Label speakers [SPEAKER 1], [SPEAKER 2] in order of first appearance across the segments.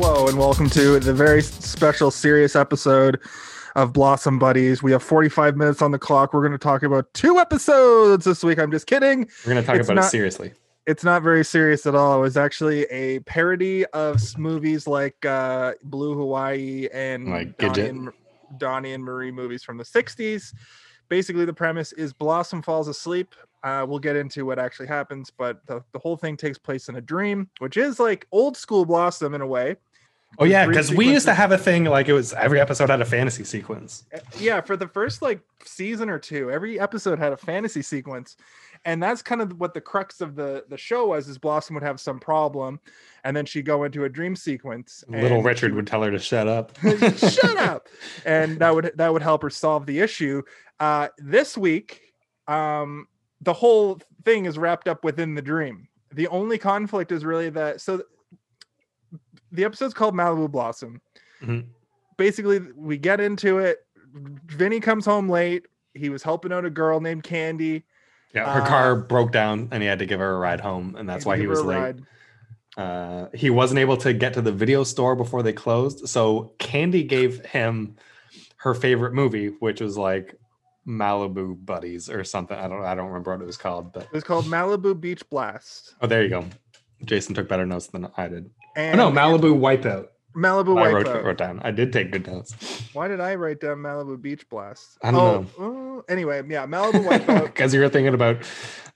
[SPEAKER 1] and welcome to the very special, serious episode of Blossom Buddies. We have 45 minutes on the clock. We're going to talk about two episodes this week. I'm just kidding.
[SPEAKER 2] We're going to talk
[SPEAKER 1] It's
[SPEAKER 2] about
[SPEAKER 1] not-
[SPEAKER 2] it seriously.
[SPEAKER 1] It's not very serious at all. It was actually a parody of s- movies like uh, Blue Hawaii and
[SPEAKER 2] Like
[SPEAKER 1] Donnie
[SPEAKER 2] Gidget.
[SPEAKER 1] and, Donnie and Marie movies from the 60s. Basically, the premise is Blossom falls asleep. Uh, we'll get into what actually happens, but the, the whole thing takes place in a dream, which is like old school Blossom in a way.
[SPEAKER 2] Oh yeah,
[SPEAKER 1] Dream
[SPEAKER 2] because we used to
[SPEAKER 1] sequences.
[SPEAKER 2] have a thing like it was every episode had a fantasy sequence.
[SPEAKER 1] yeah for the first like season or two every episode had a fantasy sequence and that's kind of what the crux of the the show was is blossom would have some problem and then she'd go into a dream sequence
[SPEAKER 2] Little
[SPEAKER 1] and
[SPEAKER 2] Richard would tell her to shut up.
[SPEAKER 1] shut up and that would that would help her solve the issue uh this week um the whole thing is wrapped up within the dream the only conflict is really that so th- the episode's called malibu blossom
[SPEAKER 2] Mhm.
[SPEAKER 1] basically we get into it vinny comes home late he was helping out a girl named candy
[SPEAKER 2] Yeah, her
[SPEAKER 1] Uh,
[SPEAKER 2] car broke down and he had to give her a ride home, and that's
[SPEAKER 1] and
[SPEAKER 2] why
[SPEAKER 1] give
[SPEAKER 2] he
[SPEAKER 1] her
[SPEAKER 2] was
[SPEAKER 1] a
[SPEAKER 2] late.
[SPEAKER 1] ride.
[SPEAKER 2] Uh, he wasn't able to get to the video store before they closed, so Candy gave him her favorite movie, which was like Malibu Buddies or something. I don't I don't remember what it was called, but
[SPEAKER 1] it was called malibu beach blast
[SPEAKER 2] oh, there you go. Jason took better notes than I did. Oh,
[SPEAKER 1] and
[SPEAKER 2] no, Malibu Wipeout.
[SPEAKER 1] malibu
[SPEAKER 2] I
[SPEAKER 1] Wipeout.
[SPEAKER 2] wrote, wrote down. I did take good notes.
[SPEAKER 1] Why did I write down Malibu Beach Blast?
[SPEAKER 2] I don't
[SPEAKER 1] oh, know. anyway, yeah, Malibu Wipeout.
[SPEAKER 2] Because you were thinking about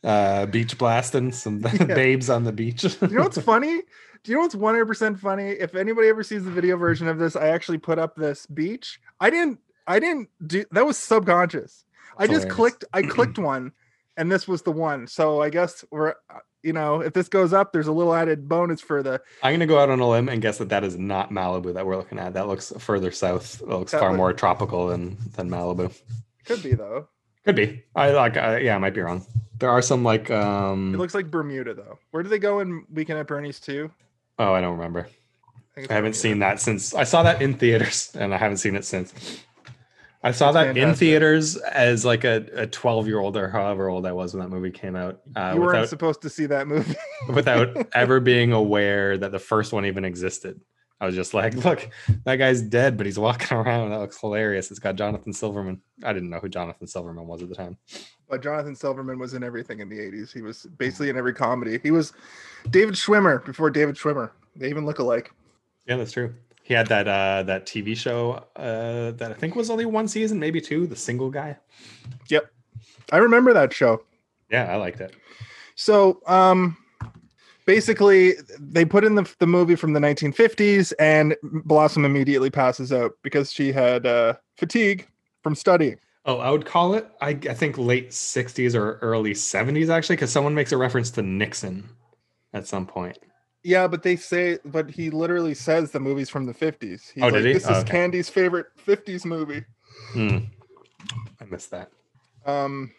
[SPEAKER 2] uh, beach blasting some babes on the beach.
[SPEAKER 1] you know what's funny? Do you know what's one hundred percent funny? If anybody ever sees the video version of this, I actually put up this beach. I didn't. I didn't do that. Was subconscious. I just
[SPEAKER 2] Hilarious.
[SPEAKER 1] clicked. I clicked one, and this was the one. So I guess we're. uh, You know, if this goes up, there's a little added bonus for the.
[SPEAKER 2] I'm going to go out on a limb and guess that that is not Malibu that we're looking at. That looks further south. That looks
[SPEAKER 1] That
[SPEAKER 2] far
[SPEAKER 1] would-
[SPEAKER 2] more tropical than than Malibu.
[SPEAKER 1] Could be though.
[SPEAKER 2] Could be. I like. I, yeah, I might be wrong. There are some like. um
[SPEAKER 1] It looks like Bermuda though. Where do they go in Weekend at Bernie's too?
[SPEAKER 2] Oh, I don't remember.
[SPEAKER 1] think it's
[SPEAKER 2] I haven't
[SPEAKER 1] Bermuda.
[SPEAKER 2] seen that since I saw that in theaters, and I haven't seen it since. I saw that in
[SPEAKER 1] Fantastic.
[SPEAKER 2] theaters as like a, a 12 year old or however old I was when that movie came out. Uh,
[SPEAKER 1] you weren't
[SPEAKER 2] without,
[SPEAKER 1] supposed to see that movie.
[SPEAKER 2] without ever being aware that the first one even existed. I was just like, look, that guy's dead, but he's walking around. That looks hilarious. It's got Jonathan Silverman. I didn't know who Jonathan Silverman was at the time.
[SPEAKER 1] But Jonathan Silverman was in everything in the 80s. He was
[SPEAKER 2] Mm.
[SPEAKER 1] basically in every comedy. He was David Schwimmer before David Schwimmer. They even look alike.
[SPEAKER 2] Yeah, that's true. He had that uh that TV show uh that I think was only one season, maybe two, the single guy.
[SPEAKER 1] I remember that show.
[SPEAKER 2] Yeah, I liked it.
[SPEAKER 1] So, um basically they put in the, the movie from the 1950s and Blossom immediately passes out because she had uh fatigue from studying.
[SPEAKER 2] Oh, I would call it I, I think late 60s or early 70s actually, because someone makes a reference to Nixon at some point.
[SPEAKER 1] Yeah, but they say but he literally says the movie's from the 50s. He's
[SPEAKER 2] Oh, did
[SPEAKER 1] like
[SPEAKER 2] he?
[SPEAKER 1] this
[SPEAKER 2] Oh,
[SPEAKER 1] is
[SPEAKER 2] okay.
[SPEAKER 1] Candy's favorite 50s movie.
[SPEAKER 2] Hmm. I missed that.
[SPEAKER 1] Um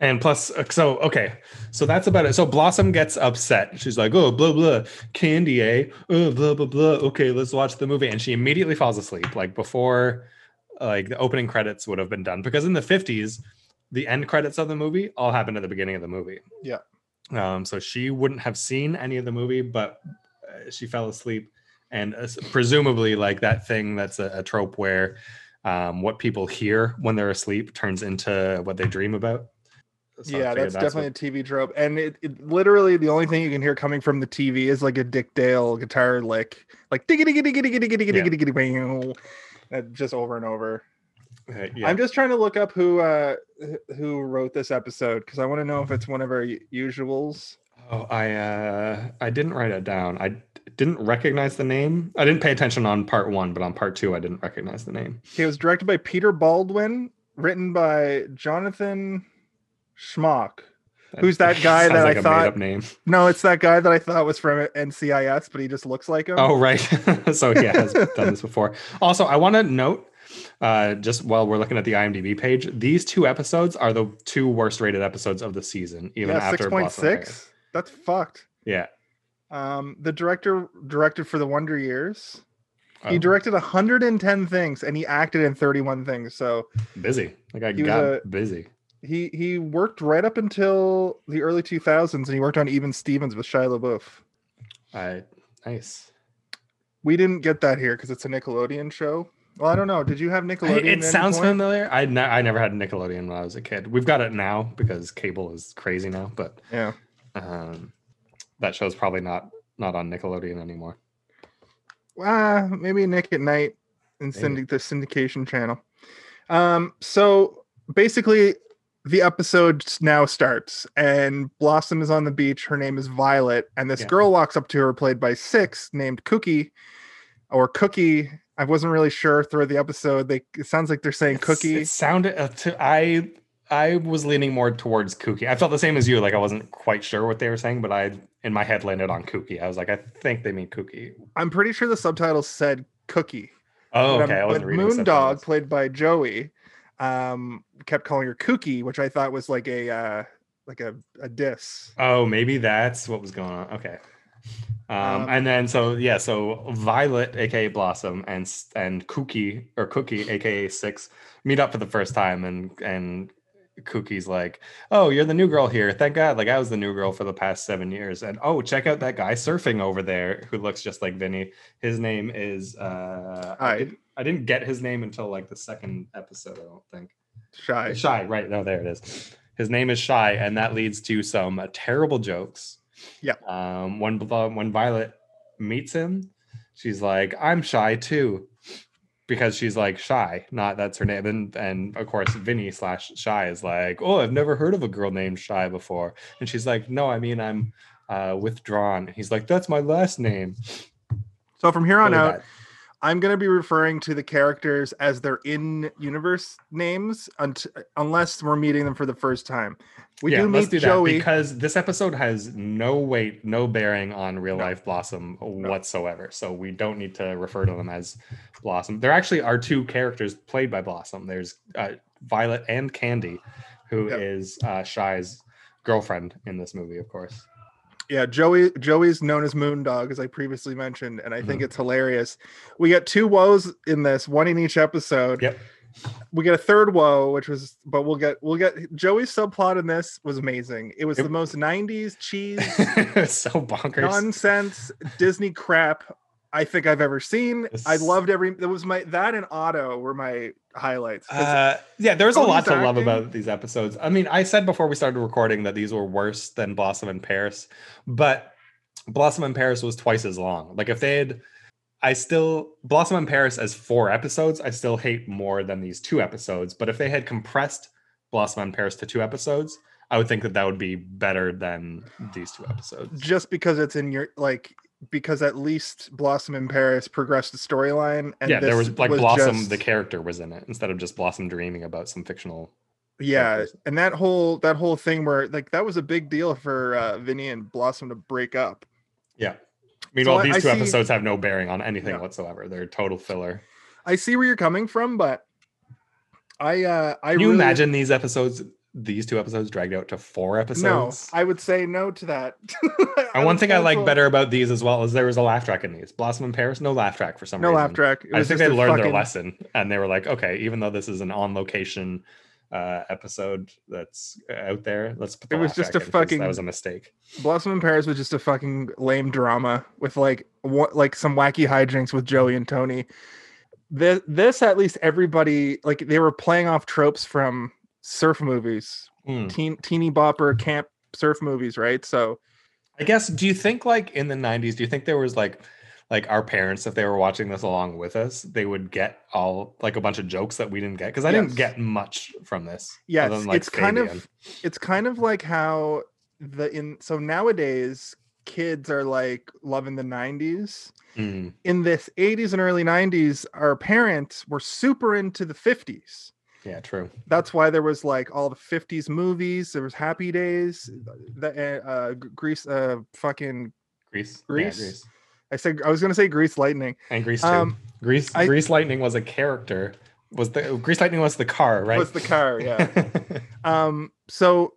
[SPEAKER 2] And plus, uh, so okay, so that's about it. So Blossom gets upset. She's like, "Oh, blah blah, candy, eh? Oh, blah blah blah." Okay, let's watch the movie, and she immediately falls asleep, like before, like the opening credits would have been done. Because in the fifties, the end credits of the movie all happened at the beginning of the movie.
[SPEAKER 1] Yeah.
[SPEAKER 2] Um. So she wouldn't have seen any of the movie, but uh, she fell asleep, and uh, presumably, like that thing that's a, a trope where. Um, what people hear when they're asleep turns into what they dream about. So I
[SPEAKER 1] yeah,
[SPEAKER 2] figured
[SPEAKER 1] that's, definitely
[SPEAKER 2] what-
[SPEAKER 1] a TV trope, and it, it literally the only thing you can hear coming from the TV is like a Dick Dale guitar lick, like diggy diggy diggy diggy diggy diggy
[SPEAKER 2] Yeah.
[SPEAKER 1] diggy diggy bang, uh, just over and over.
[SPEAKER 2] uh, yeah.
[SPEAKER 1] I'm just trying to look up who uh wh- who wrote this episode because I want to know if it's one of our u- usuals.
[SPEAKER 2] oh, I uh, I didn't write it down. I d- didn't recognize the name. I didn't pay attention on part one, but on part two, I didn't recognize the name.
[SPEAKER 1] Okay, It was directed by Peter Baldwin, written by Jonathan Schmock. Who's that guy
[SPEAKER 2] sounds
[SPEAKER 1] that I
[SPEAKER 2] like a
[SPEAKER 1] thought-
[SPEAKER 2] made-up name?
[SPEAKER 1] No, it's that guy that I thought was from NCIS, but he just looks like him.
[SPEAKER 2] Oh, right. so yeah, has done this before. Also, I want to note, uh, just while we're looking at the IMDb page, these two episodes are the two worst rated episodes of the season, even
[SPEAKER 1] yeah,
[SPEAKER 2] after
[SPEAKER 1] six point
[SPEAKER 2] Blossom Fairy.
[SPEAKER 1] six. That's fucked.
[SPEAKER 2] Yeah.
[SPEAKER 1] Um, the director directed for the Wonder Years. He
[SPEAKER 2] Oh,
[SPEAKER 1] directed 110 things and he acted in 31 things. So
[SPEAKER 2] busy. Like I
[SPEAKER 1] He was
[SPEAKER 2] got
[SPEAKER 1] a-
[SPEAKER 2] busy.
[SPEAKER 1] he he worked right up until the early 2000s and he worked on Even Stevens with Shia LaBeouf.
[SPEAKER 2] I nice.
[SPEAKER 1] We didn't get that here because it's a Nickelodeon show. Well, I don't know. Did you have Nickelodeon? at any
[SPEAKER 2] It sounds
[SPEAKER 1] point?
[SPEAKER 2] familiar. I ne- I never had Nickelodeon when I was a kid. We've got it now because cable is crazy now, but
[SPEAKER 1] Yeah.
[SPEAKER 2] um, that show's probably not not on Nickelodeon anymore.
[SPEAKER 1] Ah, maybe Nick at Night and
[SPEAKER 2] Maybe.
[SPEAKER 1] syndic the syndication channel. Um, so basically, the episode s- now starts, and Blossom is on the beach. Her name is Violet, and this
[SPEAKER 2] Yeah.
[SPEAKER 1] girl walks up to her, played by Six, named Cookie, or Cookie. I wasn't really sure through the episode. They it sounds like they're saying
[SPEAKER 2] It's-
[SPEAKER 1] Cookie.
[SPEAKER 2] It sounded. Uh, to, I I was leaning more towards kooky. I felt the same as you. Like I wasn't quite sure what they were saying, but I in my head landed on kooky. I was like, I think they mean Oh, kooky.
[SPEAKER 1] I'm pretty sure the subtitles said Cookie.
[SPEAKER 2] Oh,
[SPEAKER 1] But, um,
[SPEAKER 2] okay. I wasn't
[SPEAKER 1] but
[SPEAKER 2] reading.
[SPEAKER 1] Moondog,
[SPEAKER 2] the subtitles.
[SPEAKER 1] played by Joey, um, kept calling her Kooky, which I thought was like a uh, like a, a diss.
[SPEAKER 2] Oh, maybe that's what was going on. Okay. Um,
[SPEAKER 1] Um,
[SPEAKER 2] and then so yeah, so Violet, aka Blossom, and S- and Cookie or Cookie, aka Six, meet up for the first time, and and Cookie's like, "Oh, you're the new girl here. Thank God! Like I was the new girl for the past seven years. And oh, check out that guy surfing over there who looks just like Vinny. His name is uh, I
[SPEAKER 1] Hyde.
[SPEAKER 2] didn't, I didn't get his name until like the second episode. I don't think.
[SPEAKER 1] Shy.
[SPEAKER 2] Shy, Uh, right? No, there it is. His name is Shy, and that leads to some uh, terrible jokes.
[SPEAKER 1] Yeah.
[SPEAKER 2] Um, when Bla- when Violet meets him, she's like, "I'm shy too," because she's like shy. Not that's her name, and and of course Vinny slash Shy is like, "Oh, I've never heard of a girl named Shy before," and she's like, "No, I mean I'm." Uh, withdrawn. He's like, that's my last name.
[SPEAKER 1] So from here on
[SPEAKER 2] Really
[SPEAKER 1] out,
[SPEAKER 2] bad.
[SPEAKER 1] I'm going to be referring to the characters as their in-universe names, unt- unless we're meeting them for the first time. We
[SPEAKER 2] yeah,
[SPEAKER 1] do
[SPEAKER 2] let's
[SPEAKER 1] meet
[SPEAKER 2] do that
[SPEAKER 1] Joey.
[SPEAKER 2] because this episode has no weight, no bearing on real
[SPEAKER 1] No.
[SPEAKER 2] life Blossom whatsoever. So we don't need to refer to them as Blossom. There actually are two characters played by Blossom. There's uh, Violet and Candy, who is
[SPEAKER 1] Yep.
[SPEAKER 2] uh, Shy's girlfriend in this movie, of course.
[SPEAKER 1] yeah, Joey. Joey's known as Moondog, as I previously mentioned, and I
[SPEAKER 2] Mm-hmm.
[SPEAKER 1] think it's hilarious. We get two woes in this, one in each episode.
[SPEAKER 2] Yep.
[SPEAKER 1] We get a third woe, which was, but we'll get, we'll get Joey's subplot in this was amazing. It was
[SPEAKER 2] It-
[SPEAKER 1] the most '90s cheese
[SPEAKER 2] so bonkers.
[SPEAKER 1] nonsense Disney crap I think I've ever seen. I
[SPEAKER 2] Yes.
[SPEAKER 1] loved every. That was my that and Auto were my highlights. 'Cause
[SPEAKER 2] Uh, yeah, there's a
[SPEAKER 1] Tony's
[SPEAKER 2] lot to love
[SPEAKER 1] acting-
[SPEAKER 2] about these episodes. I mean, I said before we started recording that these were worse than Blossom and Paris, but Blossom and Paris was twice as long. Like if they had, I still Blossom and Paris as four episodes, I still hate more than these two episodes. But if they had compressed Blossom and Paris to two episodes, I would think that that would be better than these two episodes.
[SPEAKER 1] just because it's in your like because at least Blossom in Paris progressed the storyline. And
[SPEAKER 2] yeah, there
[SPEAKER 1] this
[SPEAKER 2] was like Blossom,
[SPEAKER 1] just-
[SPEAKER 2] the character was in it instead of just Blossom dreaming about some fictional.
[SPEAKER 1] yeah,
[SPEAKER 2] characters.
[SPEAKER 1] and that whole that whole thing where like that was a big deal for uh, Vinny and Blossom to break up.
[SPEAKER 2] Yeah. Meanwhile,
[SPEAKER 1] I-
[SPEAKER 2] these
[SPEAKER 1] I
[SPEAKER 2] two
[SPEAKER 1] see-
[SPEAKER 2] episodes have no bearing on anything
[SPEAKER 1] No.
[SPEAKER 2] whatsoever. They're total filler.
[SPEAKER 1] I see where you're coming from, but I uh I
[SPEAKER 2] Can you
[SPEAKER 1] really-
[SPEAKER 2] imagine these episodes, these two episodes dragged out to four
[SPEAKER 1] No,
[SPEAKER 2] episodes?
[SPEAKER 1] I would say no to that.
[SPEAKER 2] and one
[SPEAKER 1] would
[SPEAKER 2] thing I like
[SPEAKER 1] cancel.
[SPEAKER 2] better about these as well is there was a laugh track in these. Blossom and Paris, no laugh track for some
[SPEAKER 1] No
[SPEAKER 2] reason.
[SPEAKER 1] laugh track. It
[SPEAKER 2] I
[SPEAKER 1] was
[SPEAKER 2] think they
[SPEAKER 1] just a
[SPEAKER 2] learned their
[SPEAKER 1] fucking-
[SPEAKER 2] lesson and they were like, okay, even though this is an on location uh, episode that's out there, let's put the
[SPEAKER 1] It was
[SPEAKER 2] laugh
[SPEAKER 1] just
[SPEAKER 2] track
[SPEAKER 1] a
[SPEAKER 2] in 'cause
[SPEAKER 1] fucking-
[SPEAKER 2] that was a mistake.
[SPEAKER 1] Blossom in Paris was just a fucking lame drama with like what like some wacky hijinks with Joey and Tony. This, this at least everybody like they were playing off tropes from surf movies,
[SPEAKER 2] Hmm.
[SPEAKER 1] teen, teeny bopper camp surf movies, right? So
[SPEAKER 2] I guess do you think like in the 90s do you think there was like like our parents if they were watching this along with us they would get all like a bunch of jokes that we didn't get because I
[SPEAKER 1] Yes.
[SPEAKER 2] didn't get much from this.
[SPEAKER 1] yes,
[SPEAKER 2] than, like,
[SPEAKER 1] it's kind
[SPEAKER 2] Fabian.
[SPEAKER 1] of it's kind of like how the in so nowadays kids are like loving the 90s.
[SPEAKER 2] Mm.
[SPEAKER 1] In this 80s and early 90s, our parents were super into the 50s.
[SPEAKER 2] Yeah, true.
[SPEAKER 1] that's why there was like all the 50s movies there was happy days the uh, uh G- grease uh fucking
[SPEAKER 2] Grease,
[SPEAKER 1] Grease?
[SPEAKER 2] yeah, Grease.
[SPEAKER 1] i said i was gonna say grease lightning
[SPEAKER 2] and Grease too.
[SPEAKER 1] um
[SPEAKER 2] Grease,
[SPEAKER 1] I-
[SPEAKER 2] Grease Lightning was a character. Was the Grease Lightning was the car, right?
[SPEAKER 1] was the car yeah um so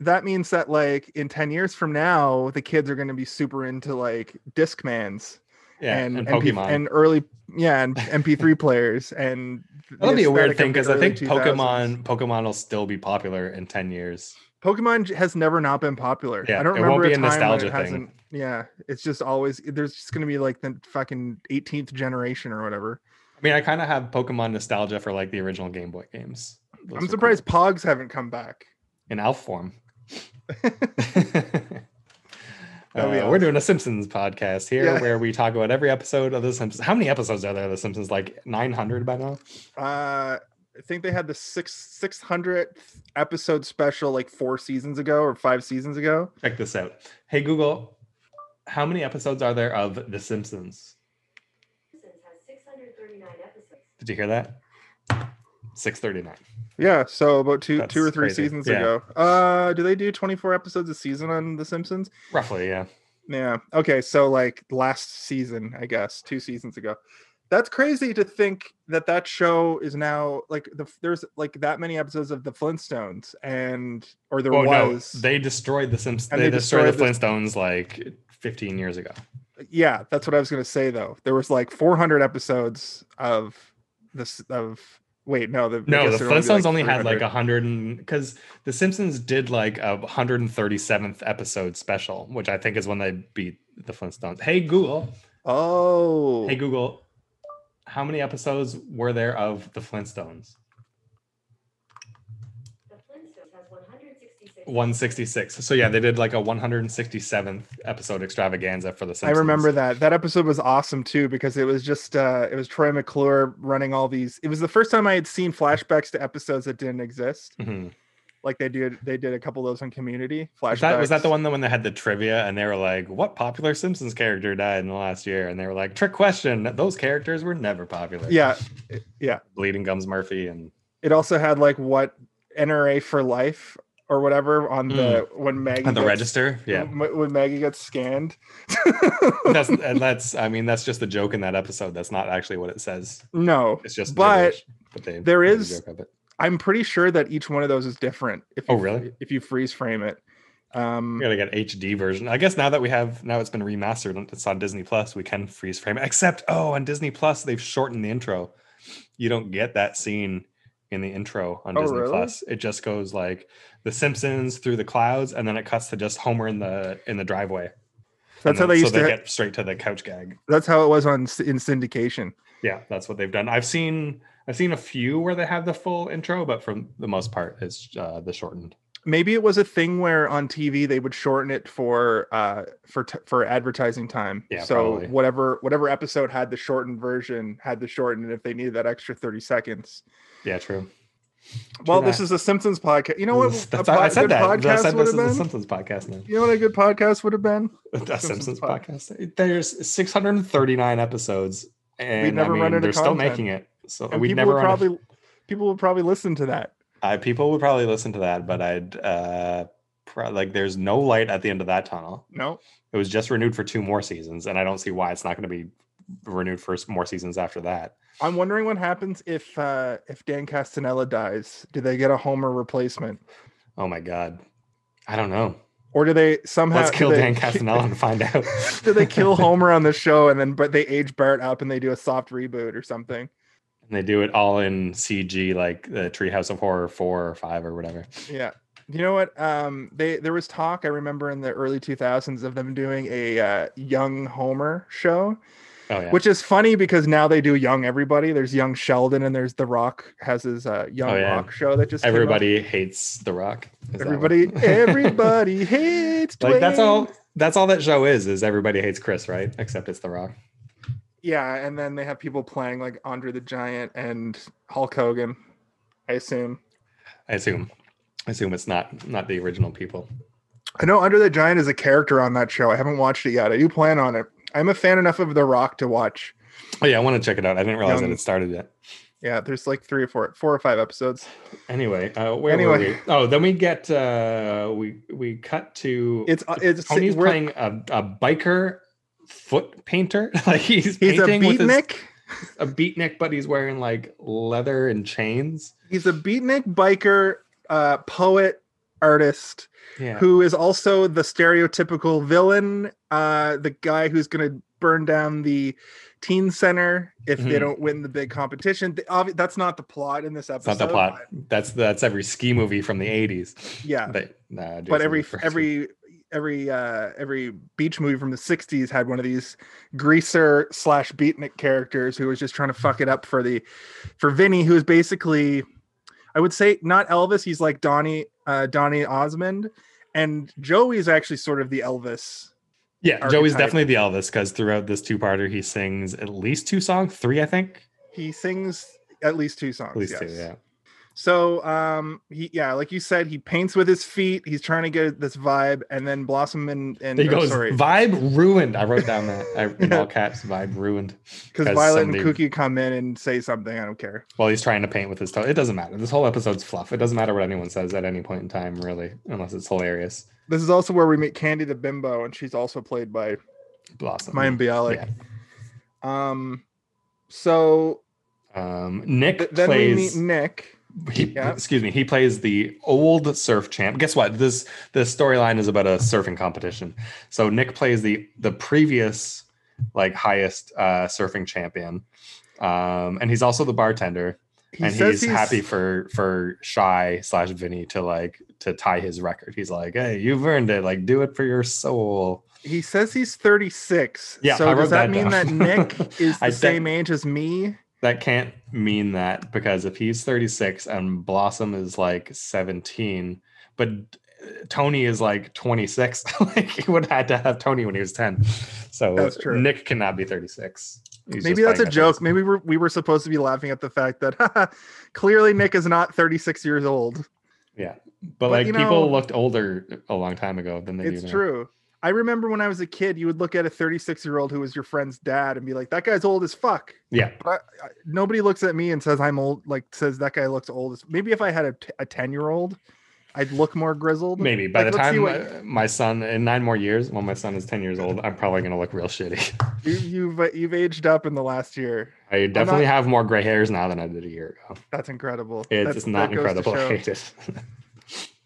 [SPEAKER 1] that means that like in 10 years from now the kids are gonna be super into like discmans
[SPEAKER 2] yeah, and,
[SPEAKER 1] and MP-
[SPEAKER 2] Pokemon.
[SPEAKER 1] and early yeah and mp3 players and the
[SPEAKER 2] That'll be a
[SPEAKER 1] aesthetic
[SPEAKER 2] weird
[SPEAKER 1] of the
[SPEAKER 2] thing because I
[SPEAKER 1] early
[SPEAKER 2] think
[SPEAKER 1] 2000s.
[SPEAKER 2] Pokemon Pokemon will still be popular in 10 years.
[SPEAKER 1] Pokemon j- has never not been popular.
[SPEAKER 2] Yeah,
[SPEAKER 1] I don't
[SPEAKER 2] it won't
[SPEAKER 1] remember a
[SPEAKER 2] be a
[SPEAKER 1] time when
[SPEAKER 2] nostalgia
[SPEAKER 1] it
[SPEAKER 2] thing.
[SPEAKER 1] hasn't. Yeah, it's just always there's just gonna be like the fucking 18th generation or whatever.
[SPEAKER 2] I mean, I kind of have Pokemon nostalgia for like the original Game Boy games. Those were
[SPEAKER 1] I'm
[SPEAKER 2] cool.
[SPEAKER 1] surprised Pogs haven't come back.
[SPEAKER 2] in Alf form. Uh,
[SPEAKER 1] awesome.
[SPEAKER 2] We're doing a Simpsons podcast here,
[SPEAKER 1] Yeah.
[SPEAKER 2] where we talk about every episode of The Simpsons. How many episodes are there of The Simpsons? Like 900 by now.
[SPEAKER 1] Uh, I think they had the six six hundredth episode special like four seasons ago or five seasons ago.
[SPEAKER 2] Check this out. Hey Google, how many episodes are there of The Simpsons?
[SPEAKER 3] Simpsons has 639 episodes.
[SPEAKER 2] Did you hear that? 639.
[SPEAKER 1] Yeah, so about two
[SPEAKER 2] That's
[SPEAKER 1] two or three
[SPEAKER 2] crazy.
[SPEAKER 1] seasons
[SPEAKER 2] Yeah.
[SPEAKER 1] ago. Uh, do they do 24 episodes a season on The Simpsons?
[SPEAKER 2] Roughly, yeah.
[SPEAKER 1] Yeah. Okay. So like last season, I guess, two seasons ago. That's crazy to think that that show is now like the, there's like that many episodes of the Flintstones and or there
[SPEAKER 2] Oh
[SPEAKER 1] was.
[SPEAKER 2] no, they destroyed The Simpsons.
[SPEAKER 1] And
[SPEAKER 2] They,
[SPEAKER 1] they
[SPEAKER 2] destroyed,
[SPEAKER 1] destroyed
[SPEAKER 2] the Flintstones like 15 years ago.
[SPEAKER 1] yeah, that's what I was gonna say though. There was like 400 episodes of this of wait no the I
[SPEAKER 2] No,
[SPEAKER 1] guess
[SPEAKER 2] the
[SPEAKER 1] there'd
[SPEAKER 2] Flintstones
[SPEAKER 1] only
[SPEAKER 2] only
[SPEAKER 1] be,
[SPEAKER 2] had like
[SPEAKER 1] 300.
[SPEAKER 2] 100 and because the Simpsons did like a 137th episode special, which I think is when they beat the Flintstones. Hey Google,
[SPEAKER 1] oh
[SPEAKER 2] hey Google, how many episodes were there of the Flintstones?
[SPEAKER 3] The Flintstones has 166.
[SPEAKER 2] 166. So yeah, they did like a 167th episode extravaganza for the
[SPEAKER 1] I
[SPEAKER 2] Simpsons.
[SPEAKER 1] remember that. That episode was awesome too because it was just uh it was Troy McClure running all these. It was the first time I had seen flashbacks to episodes that didn't exist.
[SPEAKER 2] Mhm.
[SPEAKER 1] Like they did they did a couple of those on community flashbacks.
[SPEAKER 2] Was that, was that the one that when they had the trivia and they were like, "What popular Simpsons character died in the last year?" And they were like, "Trick question. Those characters were never popular."
[SPEAKER 1] Yeah.
[SPEAKER 2] Bleeding Gums Murphy and
[SPEAKER 1] It also had like what NRA for life or whatever on the when Maggie
[SPEAKER 2] Mm. on the
[SPEAKER 1] gets-
[SPEAKER 2] register. Yeah,
[SPEAKER 1] When when Maggie gets scanned.
[SPEAKER 2] that's and that's I mean that's just the joke in that episode. That's not actually what it says.
[SPEAKER 1] no.
[SPEAKER 2] It's just
[SPEAKER 1] But
[SPEAKER 2] gibberish, but they
[SPEAKER 1] there
[SPEAKER 2] made a
[SPEAKER 1] is-
[SPEAKER 2] joke of it.
[SPEAKER 1] I'm pretty sure that each one of those is different if
[SPEAKER 2] Oh,
[SPEAKER 1] you-
[SPEAKER 2] really?
[SPEAKER 1] if you freeze frame it.
[SPEAKER 2] We
[SPEAKER 1] Um
[SPEAKER 2] gotta get HD version. I guess now that we have now it's been remastered and it's on Disney Plus, we can freeze frame. it. Except oh, on Disney Plus they've shortened the intro. You don't get that scene in the intro on
[SPEAKER 1] Oh,
[SPEAKER 2] Disney
[SPEAKER 1] really?
[SPEAKER 2] Plus. It just goes like The Simpsons through the clouds, and then it cuts to just Homer in the in the driveway.
[SPEAKER 1] that's how they used
[SPEAKER 2] so
[SPEAKER 1] to
[SPEAKER 2] they get straight to the couch gag.
[SPEAKER 1] that's how it was on s- in syndication.
[SPEAKER 2] yeah that's what they've done i've seen i've seen a few where they have the full intro but for the most part it's uh the shortened
[SPEAKER 1] maybe it was a thing where on TV they would shorten it for uh for t- for advertising time.
[SPEAKER 2] Yeah,
[SPEAKER 1] so
[SPEAKER 2] probably.
[SPEAKER 1] whatever whatever episode had the shortened version had the shortened if they needed that extra 30 seconds.
[SPEAKER 2] yeah true
[SPEAKER 1] well, this
[SPEAKER 2] that.
[SPEAKER 1] is a Simpsons podcast. You know what?
[SPEAKER 2] This-
[SPEAKER 1] a
[SPEAKER 2] that's how i
[SPEAKER 1] pod-
[SPEAKER 2] said
[SPEAKER 1] good
[SPEAKER 2] that i
[SPEAKER 1] podcast
[SPEAKER 2] said
[SPEAKER 1] would
[SPEAKER 2] this
[SPEAKER 1] have
[SPEAKER 2] is the
[SPEAKER 1] been.
[SPEAKER 2] simpsons podcast now
[SPEAKER 1] you know what a good podcast would have been?
[SPEAKER 2] the
[SPEAKER 1] Simpsons
[SPEAKER 2] simpsons podcast there's 639 episodes and
[SPEAKER 1] never
[SPEAKER 2] I mean,
[SPEAKER 1] run into
[SPEAKER 2] they're still
[SPEAKER 1] content.
[SPEAKER 2] making it so
[SPEAKER 1] And
[SPEAKER 2] we
[SPEAKER 1] people
[SPEAKER 2] never
[SPEAKER 1] would
[SPEAKER 2] run probably
[SPEAKER 1] probably people would probably listen to that.
[SPEAKER 2] I, people would probably listen to that but i'd uh pro- like there's no light at the end of that tunnel
[SPEAKER 1] No.
[SPEAKER 2] it was just renewed for two more seasons and i don't see why it's not going to be renewed for s- more seasons after that
[SPEAKER 1] I'm wondering what happens if uh if Dan Castanella dies. Do they get a Homer replacement?
[SPEAKER 2] oh my god i don't know
[SPEAKER 1] Or do they somehow
[SPEAKER 2] Let's
[SPEAKER 1] do
[SPEAKER 2] kill
[SPEAKER 1] they-
[SPEAKER 2] Dan Castanella and find out.
[SPEAKER 1] do they kill Homer on the show and then but they age Bart up and they do a soft reboot or something?
[SPEAKER 2] And they do it all in CG, like the Treehouse of Horror four or five or whatever.
[SPEAKER 1] Yeah. You know what? Um, they there was talk I remember in the early 2000s of them doing a uh, young Homer show,
[SPEAKER 2] Oh yeah.
[SPEAKER 1] which is funny because now they do young everybody. There's young Sheldon and there's The Rock has his uh, young
[SPEAKER 2] Oh, yeah.
[SPEAKER 1] Rock show that just came out.
[SPEAKER 2] everybody hates The Rock. is that one.
[SPEAKER 1] everybody everybody hates
[SPEAKER 2] like that's
[SPEAKER 1] Dwayne.
[SPEAKER 2] all. That's all that show is. Is everybody hates Chris, right? Except it's The Rock.
[SPEAKER 1] Yeah, and then they have people playing like Andre the Giant and Hulk Hogan, I assume.
[SPEAKER 2] I assume. I assume it's not not the original people.
[SPEAKER 1] I know Under the Giant is a character on that show. I haven't watched it yet. I do plan on it. I'm a fan enough of The Rock to watch.
[SPEAKER 2] Oh yeah, I want to check it out. I didn't realize
[SPEAKER 1] Young-
[SPEAKER 2] that it started yet.
[SPEAKER 1] Yeah, there's like three or four, four or five episodes.
[SPEAKER 2] Anyway, uh, where were
[SPEAKER 1] Anyway.
[SPEAKER 2] we? Oh, then we get uh, we we cut to
[SPEAKER 1] It's uh, it's
[SPEAKER 2] Tony's
[SPEAKER 1] we're-
[SPEAKER 2] playing a, a biker foot painter. like he's
[SPEAKER 1] He's a
[SPEAKER 2] painting with his-
[SPEAKER 1] beatnik.
[SPEAKER 2] a beatnik, but he's wearing like leather and chains.
[SPEAKER 1] He's a beatnik biker, uh, poet, artist
[SPEAKER 2] Yeah.
[SPEAKER 1] who is also the stereotypical villain, uh, the guy who's going to burn down the teen center if they
[SPEAKER 2] Mhm.
[SPEAKER 1] don't win the big competition. The, obvi- that's not the plot in this
[SPEAKER 2] It's
[SPEAKER 1] episode.
[SPEAKER 2] not the plot.
[SPEAKER 1] but-
[SPEAKER 2] That's that's every ski movie from the 80s.
[SPEAKER 1] Yeah.
[SPEAKER 2] But, nah,
[SPEAKER 1] But
[SPEAKER 2] Jason
[SPEAKER 1] every
[SPEAKER 2] refers to-
[SPEAKER 1] every every uh, every beach movie from the '60s had one of these greaser slash beatnik characters who was just trying to fuck it up for the for Vinny, who is basically, I would say, not Elvis. He's like Donnie uh, Donnie Osmond, and Joey's actually sort of the Elvis
[SPEAKER 2] Yeah, Joey's
[SPEAKER 1] archetype.
[SPEAKER 2] definitely the Elvis because throughout this two-parter he sings at least two songs, three I think.
[SPEAKER 1] he sings at least two songs
[SPEAKER 2] At least
[SPEAKER 1] yes.
[SPEAKER 2] two, yeah.
[SPEAKER 1] so um he yeah like you said he paints with his feet he's trying to get this vibe and then blossom and and
[SPEAKER 2] There he
[SPEAKER 1] oh,
[SPEAKER 2] goes.
[SPEAKER 1] sorry
[SPEAKER 2] Vibe ruined. I wrote down that I, in all caps. Vibe ruined.
[SPEAKER 1] because
[SPEAKER 2] as
[SPEAKER 1] violet and
[SPEAKER 2] somebody-
[SPEAKER 1] cookie come in and say something i don't care
[SPEAKER 2] While he's trying to paint with his toe, it doesn't matter. This whole episode's fluff. It doesn't matter what anyone says at any point in time, really, unless it's hilarious.
[SPEAKER 1] this is also where we meet candy the bimbo and she's also played by
[SPEAKER 2] Mm, Blossom.
[SPEAKER 1] Mayim bialik um so
[SPEAKER 2] Um, Nick
[SPEAKER 1] th- then we meet
[SPEAKER 2] plays.
[SPEAKER 1] nick
[SPEAKER 2] he,
[SPEAKER 1] yeah.
[SPEAKER 2] Excuse me. He plays the old surf champ. Guess what? This this storyline is about a surfing competition. So Nick plays the the previous like highest uh, surfing champion, um, and he's also the bartender.
[SPEAKER 1] he
[SPEAKER 2] and he's, happy for for shy slash Vinny to like to tie his record. He's like, "Hey, you've earned it. Like, do it for your soul."
[SPEAKER 1] he says he's 36
[SPEAKER 2] Yeah,
[SPEAKER 1] so
[SPEAKER 2] I
[SPEAKER 1] does
[SPEAKER 2] wrote
[SPEAKER 1] that,
[SPEAKER 2] that
[SPEAKER 1] mean that
[SPEAKER 2] down.
[SPEAKER 1] nick is the
[SPEAKER 2] I de-
[SPEAKER 1] same age as me
[SPEAKER 2] That can't mean that because if he's thirty six and Blossom is like seventeen, but uh, Tony is like twenty six, like he would have had to have Tony when he was ten. So
[SPEAKER 1] That's true.
[SPEAKER 2] Nick cannot be thirty six.
[SPEAKER 1] Maybe that's a joke. Maybe we're, we were supposed to be laughing at the fact that clearly Nick is not 36 years old.
[SPEAKER 2] Yeah, but,
[SPEAKER 1] But,
[SPEAKER 2] like
[SPEAKER 1] you know-
[SPEAKER 2] people looked older a long time ago than they do
[SPEAKER 1] It's
[SPEAKER 2] now.
[SPEAKER 1] true. I remember when I was a kid, you would look at a 36 year old who was your friend's dad and be like, that guy's old as fuck.
[SPEAKER 2] Yeah,
[SPEAKER 1] I- Nobody looks at me and says I'm old, like says that guy looks old. as Maybe if I had a 10 year old, I'd look more grizzled.
[SPEAKER 2] Maybe by
[SPEAKER 1] Like,
[SPEAKER 2] the
[SPEAKER 1] let's see
[SPEAKER 2] time
[SPEAKER 1] what-
[SPEAKER 2] uh, my son in nine more years, when my son is ten years old, I'm probably gonna look real shitty.
[SPEAKER 1] You, you've uh, you've aged up in the last year.
[SPEAKER 2] I definitely have more gray hairs now than I did a year ago.
[SPEAKER 1] That's incredible.
[SPEAKER 2] It's
[SPEAKER 1] That's-
[SPEAKER 2] just not
[SPEAKER 1] that goes to
[SPEAKER 2] incredible. I
[SPEAKER 1] show
[SPEAKER 2] hate it.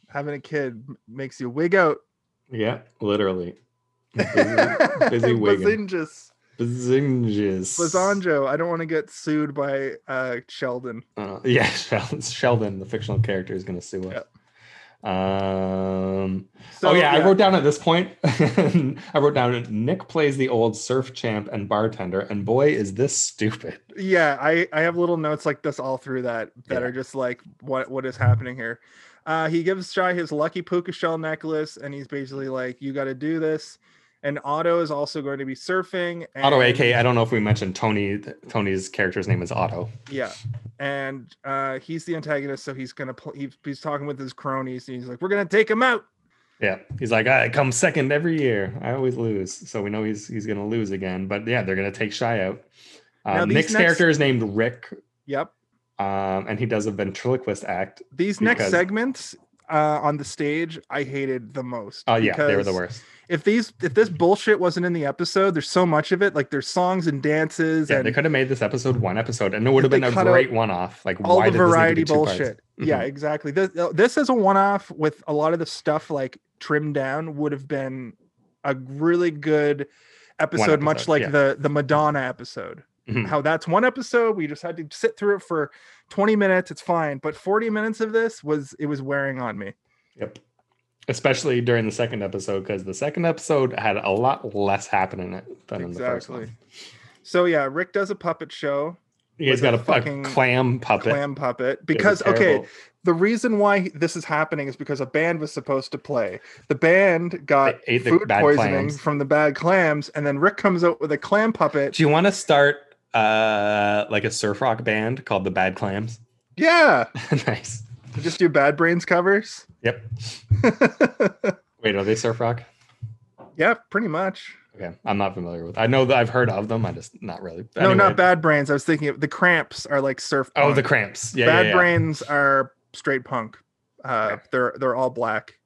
[SPEAKER 1] Having a kid m- makes you wig out.
[SPEAKER 2] yeah, literally. Bazinges. wigging.
[SPEAKER 1] Bazingas. Bazanjo. I don't want to get sued by uh Sheldon.
[SPEAKER 2] Uh, yeah, Sheldon, Sheldon, the fictional character, is gonna sue us. Um.
[SPEAKER 1] So
[SPEAKER 2] oh yeah, I wrote down at this point. I wrote down Nick plays the old surf champ and bartender, and boy, is this stupid.
[SPEAKER 1] yeah, I I have little notes like this all through that that
[SPEAKER 2] Yeah.
[SPEAKER 1] are just like what what is happening here. Uh he gives Shy his lucky puka shell necklace and he's basically like you got to do this. And Otto is also going to be surfing. And,
[SPEAKER 2] Otto, AK. I don't know if we mentioned Tony. Tony's character's name is Otto.
[SPEAKER 1] Yeah, and uh, he's the antagonist, so he's gonna pl- he's, he's talking with his cronies, and he's like, "We're gonna take him out."
[SPEAKER 2] Yeah, he's like, I come second every year. I always lose, so we know he's he's gonna lose again. But yeah, they're gonna take Shy out.
[SPEAKER 1] Now
[SPEAKER 2] Um,
[SPEAKER 1] these
[SPEAKER 2] Nick's
[SPEAKER 1] next-
[SPEAKER 2] character is named Rick,
[SPEAKER 1] Yep.
[SPEAKER 2] um, and he does a ventriloquist act.
[SPEAKER 1] These next
[SPEAKER 2] Because-
[SPEAKER 1] segments uh, on the stage, I hated the most.
[SPEAKER 2] Oh yeah, they were the
[SPEAKER 1] because-
[SPEAKER 2] worst.
[SPEAKER 1] if these if this bullshit wasn't in the episode, there's so much of it. Like there's songs and dances
[SPEAKER 2] Yeah,
[SPEAKER 1] and
[SPEAKER 2] they could have made this episode one episode, and it would have
[SPEAKER 1] They
[SPEAKER 2] been a
[SPEAKER 1] cut out
[SPEAKER 2] great one-off. Like
[SPEAKER 1] all
[SPEAKER 2] why
[SPEAKER 1] the
[SPEAKER 2] did this need to
[SPEAKER 1] variety
[SPEAKER 2] be two parts? Mm-hmm.
[SPEAKER 1] bullshit. Yeah, exactly. This uh, this is a one-off with a lot of the stuff like trimmed down would have been a really good episode, much
[SPEAKER 2] episode,
[SPEAKER 1] like
[SPEAKER 2] yeah.
[SPEAKER 1] the the Madonna episode.
[SPEAKER 2] Mhm.
[SPEAKER 1] How that's one episode, we just had to sit through it for 20 minutes, it's fine. But 40 minutes of this was it was wearing on me.
[SPEAKER 2] Yep. Especially during the second episode, because the second episode had a lot less happen in it than in the first
[SPEAKER 1] Exactly.
[SPEAKER 2] one.
[SPEAKER 1] So yeah, Rick does a puppet show,
[SPEAKER 2] He's
[SPEAKER 1] With
[SPEAKER 2] got
[SPEAKER 1] a
[SPEAKER 2] a, a
[SPEAKER 1] fucking
[SPEAKER 2] clam puppet.
[SPEAKER 1] clam puppet,
[SPEAKER 2] It was
[SPEAKER 1] because okay,
[SPEAKER 2] terrible.
[SPEAKER 1] the reason why he- this is happening is because a band was supposed to play. The band got
[SPEAKER 2] They ate the
[SPEAKER 1] food
[SPEAKER 2] bad
[SPEAKER 1] poisoning
[SPEAKER 2] clams.
[SPEAKER 1] from the bad clams, and then Rick comes out with a clam puppet.
[SPEAKER 2] Do you want to start uh like a surf rock band called the Bad Clams?
[SPEAKER 1] Yeah,
[SPEAKER 2] nice.
[SPEAKER 1] You just do Bad Brains covers.
[SPEAKER 2] Yep. Wait, are they surf rock?
[SPEAKER 1] yeah, pretty much.
[SPEAKER 2] Okay, I'm not familiar with. I know that I've heard of them. I just not really. But
[SPEAKER 1] No,
[SPEAKER 2] anyway.
[SPEAKER 1] not Bad Brains. I was thinking of the Cramps are like surf.
[SPEAKER 2] Oh,
[SPEAKER 1] punk.
[SPEAKER 2] the Cramps. Yeah,
[SPEAKER 1] Bad
[SPEAKER 2] yeah, yeah.
[SPEAKER 1] Brains are straight punk. Uh,
[SPEAKER 2] Okay.
[SPEAKER 1] They're they're all black,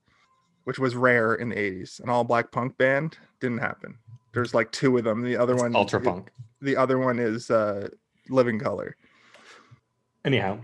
[SPEAKER 1] which was rare in the '80s. An all black punk band didn't happen. There's like two of them. The other
[SPEAKER 2] It's
[SPEAKER 1] one,
[SPEAKER 2] ultra punk.
[SPEAKER 1] The other one is uh, Living Color.
[SPEAKER 2] Anyhow,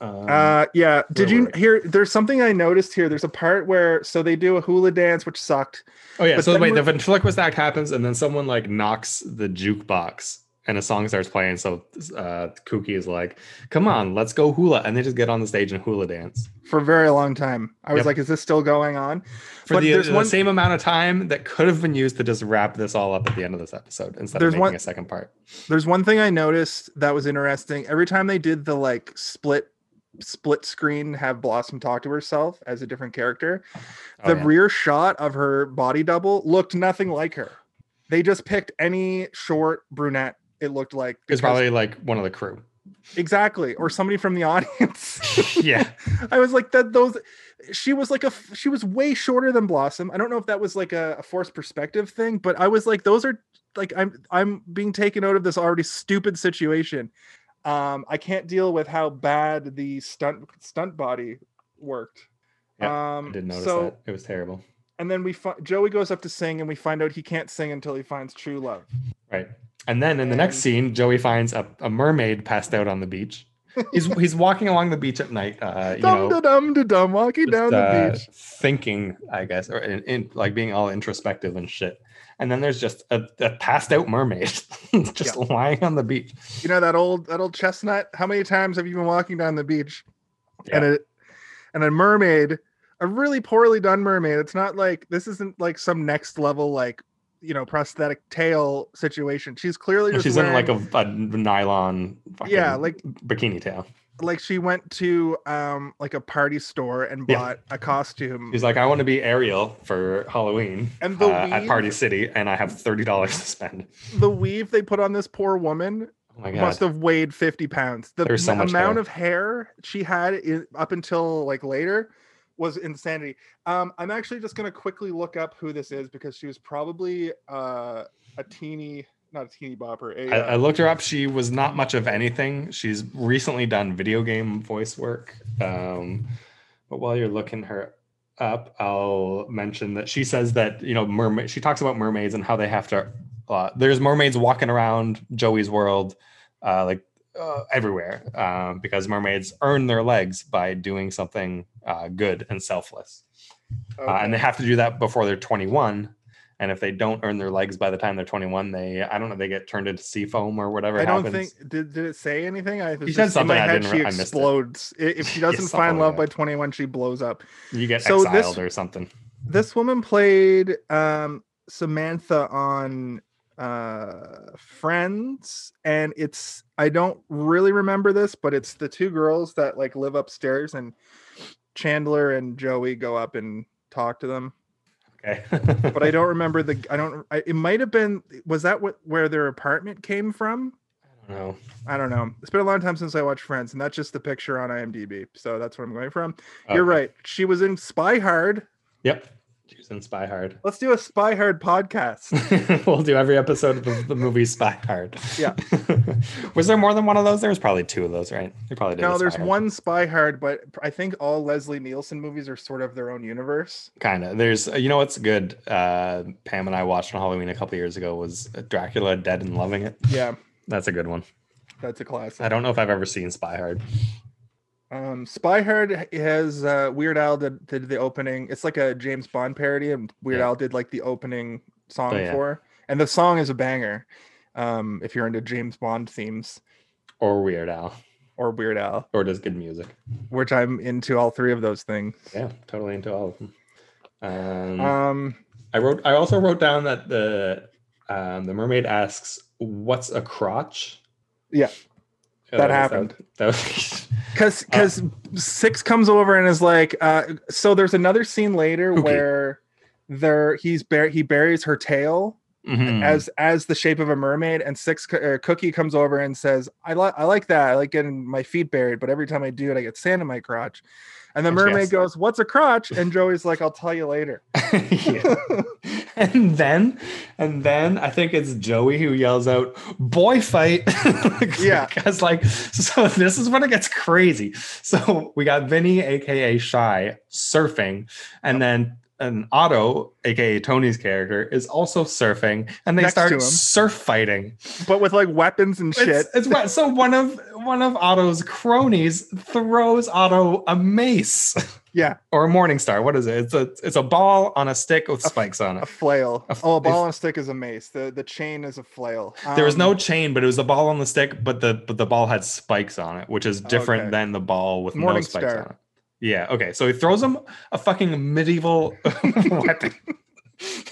[SPEAKER 2] Um,
[SPEAKER 1] Uh, yeah. Did
[SPEAKER 2] where
[SPEAKER 1] you
[SPEAKER 2] were we?
[SPEAKER 1] hear? There's something I noticed here. There's a part where so they do a hula dance, which sucked.
[SPEAKER 2] oh yeah.
[SPEAKER 1] but
[SPEAKER 2] So
[SPEAKER 1] then
[SPEAKER 2] wait, the
[SPEAKER 1] we're-
[SPEAKER 2] ventriloquist act happens, and then someone like knocks the jukebox, and a song starts playing. So uh, Kooky is like, "Come on, let's go hula," and they just get on the stage and hula dance
[SPEAKER 1] For a very long time, I was
[SPEAKER 2] Yep.
[SPEAKER 1] like, "Is this still going on?"
[SPEAKER 2] for
[SPEAKER 1] But
[SPEAKER 2] the,
[SPEAKER 1] there's
[SPEAKER 2] the
[SPEAKER 1] one-
[SPEAKER 2] same amount of time that could have been used to just wrap this all up at the end of this episode instead
[SPEAKER 1] There's
[SPEAKER 2] of
[SPEAKER 1] one-
[SPEAKER 2] making a second part.
[SPEAKER 1] There's one thing I noticed that was interesting. Every time they did the like split split screen, have Blossom talk to herself as a different character,
[SPEAKER 2] Oh,
[SPEAKER 1] the
[SPEAKER 2] yeah.
[SPEAKER 1] rear shot of her body double looked nothing like her. They just picked any short brunette. It looked like
[SPEAKER 2] it's
[SPEAKER 1] because-
[SPEAKER 2] probably like one of the crew.
[SPEAKER 1] exactly or somebody from the audience.
[SPEAKER 2] yeah.
[SPEAKER 1] I was like that those she was like a f- she was way shorter than Blossom. I don't know if that was like a, a forced perspective thing, but I was like those are like I'm I'm being taken out of this already stupid situation. Um I can't deal with how bad the stunt stunt body worked. um
[SPEAKER 2] I did notice
[SPEAKER 1] so
[SPEAKER 2] that. It was terrible.
[SPEAKER 1] and then we fi- Joey goes up to sing and we find out he can't sing until he finds true love.
[SPEAKER 2] Right. And then in the next
[SPEAKER 1] And-
[SPEAKER 2] scene, Joey finds a, a mermaid passed out on the beach. He's he's walking along the beach at night, uh, you
[SPEAKER 1] Dum da
[SPEAKER 2] know,
[SPEAKER 1] dum da dum walking
[SPEAKER 2] just,
[SPEAKER 1] down the
[SPEAKER 2] uh,
[SPEAKER 1] beach.
[SPEAKER 2] thinking, I guess, or in, in, like being all introspective and shit. And then there's just a, a passed out mermaid just lying on the beach.
[SPEAKER 1] You know that old that old chestnut? How many times have you been walking down the beach? and
[SPEAKER 2] Yeah.
[SPEAKER 1] a and a mermaid, a really poorly done mermaid. It's not like this isn't like some next level like you know prosthetic tail situation. She's clearly
[SPEAKER 2] And
[SPEAKER 1] just
[SPEAKER 2] she's in like
[SPEAKER 1] wearing-
[SPEAKER 2] a, a nylon, fucking
[SPEAKER 1] yeah, like
[SPEAKER 2] bikini tail.
[SPEAKER 1] like she went to um like a party store and
[SPEAKER 2] Yeah.
[SPEAKER 1] bought a costume.
[SPEAKER 2] He's like, I want to be Ariel for Halloween
[SPEAKER 1] And the
[SPEAKER 2] uh, at
[SPEAKER 1] weave-
[SPEAKER 2] Party City, and I have thirty dollars to spend.
[SPEAKER 1] The weave they put on this poor woman
[SPEAKER 2] Oh my god!
[SPEAKER 1] must have weighed fifty pounds. The
[SPEAKER 2] There's so
[SPEAKER 1] m-
[SPEAKER 2] much
[SPEAKER 1] amount
[SPEAKER 2] hair.
[SPEAKER 1] of hair she had in, up until like later was insanity. Um, I'm actually just gonna quickly look up who this is because she was probably uh, a teeny, not a teeny bopper. A,
[SPEAKER 2] I,
[SPEAKER 1] uh,
[SPEAKER 2] I looked her up. She was not much of anything. She's recently done video game voice work. Um, but while you're looking her up, I'll mention that she says that you know mermaid. She talks about mermaids and how they have to. Uh, there's mermaids walking around Joey's world, uh, like uh, everywhere, um, because mermaids earn their legs by doing something uh, good and selfless, uh, and they
[SPEAKER 1] okay.
[SPEAKER 2] have to do that before they're 21. And if they don't earn their legs by the time they're 21, they I don't know they get turned into sea foam or whatever.
[SPEAKER 1] I don't
[SPEAKER 2] happens.
[SPEAKER 1] think did, did it say anything? I it was
[SPEAKER 2] He said
[SPEAKER 1] just in my
[SPEAKER 2] something, I
[SPEAKER 1] head.
[SPEAKER 2] didn't
[SPEAKER 1] She
[SPEAKER 2] re- I missed it.
[SPEAKER 1] explodes I- if she
[SPEAKER 2] Yeah,
[SPEAKER 1] doesn't
[SPEAKER 2] something
[SPEAKER 1] find
[SPEAKER 2] like
[SPEAKER 1] love by
[SPEAKER 2] that.
[SPEAKER 1] 21. She blows up.
[SPEAKER 2] you get
[SPEAKER 1] so
[SPEAKER 2] exiled
[SPEAKER 1] this-
[SPEAKER 2] or something.
[SPEAKER 1] This woman played um, Samantha on uh, Friends, and it's I don't really remember this, but it's the two girls that like live upstairs, and Chandler and Joey go up and talk to them.
[SPEAKER 2] Okay,
[SPEAKER 1] But I don't remember the I don't I, it might have been was that what where their apartment came from?
[SPEAKER 2] don't know.
[SPEAKER 1] I don't know. It's been a long time since I watched Friends, and that's just the picture on IMDb. So that's what I'm going from. You're
[SPEAKER 2] Okay.
[SPEAKER 1] right. She was in Spy Hard.
[SPEAKER 2] Uh, Yep, she's in Spy Hard.
[SPEAKER 1] Let's do a Spy Hard podcast.
[SPEAKER 2] we'll do every episode of the movie Spy Hard.
[SPEAKER 1] Yeah.
[SPEAKER 2] was there more than one of those? There was probably two of those, right? They probably did.
[SPEAKER 1] no,
[SPEAKER 2] a Spy
[SPEAKER 1] there's
[SPEAKER 2] Hard.
[SPEAKER 1] one Spy Hard, but I think all Leslie Nielsen movies are sort of their own universe.
[SPEAKER 2] kind of there's you know what's good uh pam and i watched on halloween a couple years ago was dracula dead and loving it
[SPEAKER 1] Yeah,
[SPEAKER 2] that's a good one
[SPEAKER 1] that's a classic.
[SPEAKER 2] i don't know if i've ever seen spy hard
[SPEAKER 1] Um, Spy Hard has uh, Weird Al did, did the opening. It's like a James Bond parody, and Weird
[SPEAKER 2] Yeah.
[SPEAKER 1] Al did like the opening song
[SPEAKER 2] Oh, yeah.
[SPEAKER 1] for, her. and the song is a banger. Um, if you're into James Bond themes
[SPEAKER 2] or weird al
[SPEAKER 1] or Weird Al.
[SPEAKER 2] or does good music
[SPEAKER 1] which I'm into all three of those things.
[SPEAKER 2] yeah totally into all of them um,
[SPEAKER 1] Um,
[SPEAKER 2] i wrote i also wrote down that the um the mermaid asks what's a crotch
[SPEAKER 1] Yeah.
[SPEAKER 2] Oh,
[SPEAKER 1] That
[SPEAKER 2] was-
[SPEAKER 1] happened.
[SPEAKER 2] that was,
[SPEAKER 1] cause
[SPEAKER 2] Uh,
[SPEAKER 1] cause six comes over and is like, uh, so there's another scene later
[SPEAKER 2] Kooky.
[SPEAKER 1] where there he's bur- he buries her tail
[SPEAKER 2] Mhm.
[SPEAKER 1] as as the shape of a mermaid, and six co- uh, cookie comes over and says, I like I like that. I like getting my feet buried, but every time I do it, I get sand in my crotch. And the
[SPEAKER 2] And she
[SPEAKER 1] mermaid
[SPEAKER 2] asks-
[SPEAKER 1] goes, "What's a crotch?" And Joey's like, "I'll tell you later."
[SPEAKER 2] Yeah. and then and then i think it's joey who yells out boy fight
[SPEAKER 1] Yeah.
[SPEAKER 2] because like so this is when it gets crazy so we got vinny aka shy surfing and then and Otto, aka Tony's character, is also surfing, and they
[SPEAKER 1] Next to him.
[SPEAKER 2] start surf fighting.
[SPEAKER 1] but with like weapons and shit.
[SPEAKER 2] It's, it's wet. So one of one of Otto's cronies throws Otto a mace
[SPEAKER 1] yeah,
[SPEAKER 2] or a morning star. What is it? It's a it's a ball on a stick with spikes on it.
[SPEAKER 1] a flail.
[SPEAKER 2] A f-
[SPEAKER 1] oh, a ball
[SPEAKER 2] if-
[SPEAKER 1] and stick is a mace. The the chain is a flail.
[SPEAKER 2] There was
[SPEAKER 1] Um,
[SPEAKER 2] no chain, but it was a ball on the stick, but the but the ball had spikes on it, which is different
[SPEAKER 1] Okay.
[SPEAKER 2] than the ball with no
[SPEAKER 1] Morning
[SPEAKER 2] spikes
[SPEAKER 1] Star.
[SPEAKER 2] on it. Yeah. Okay. So he throws him a fucking medieval weapon.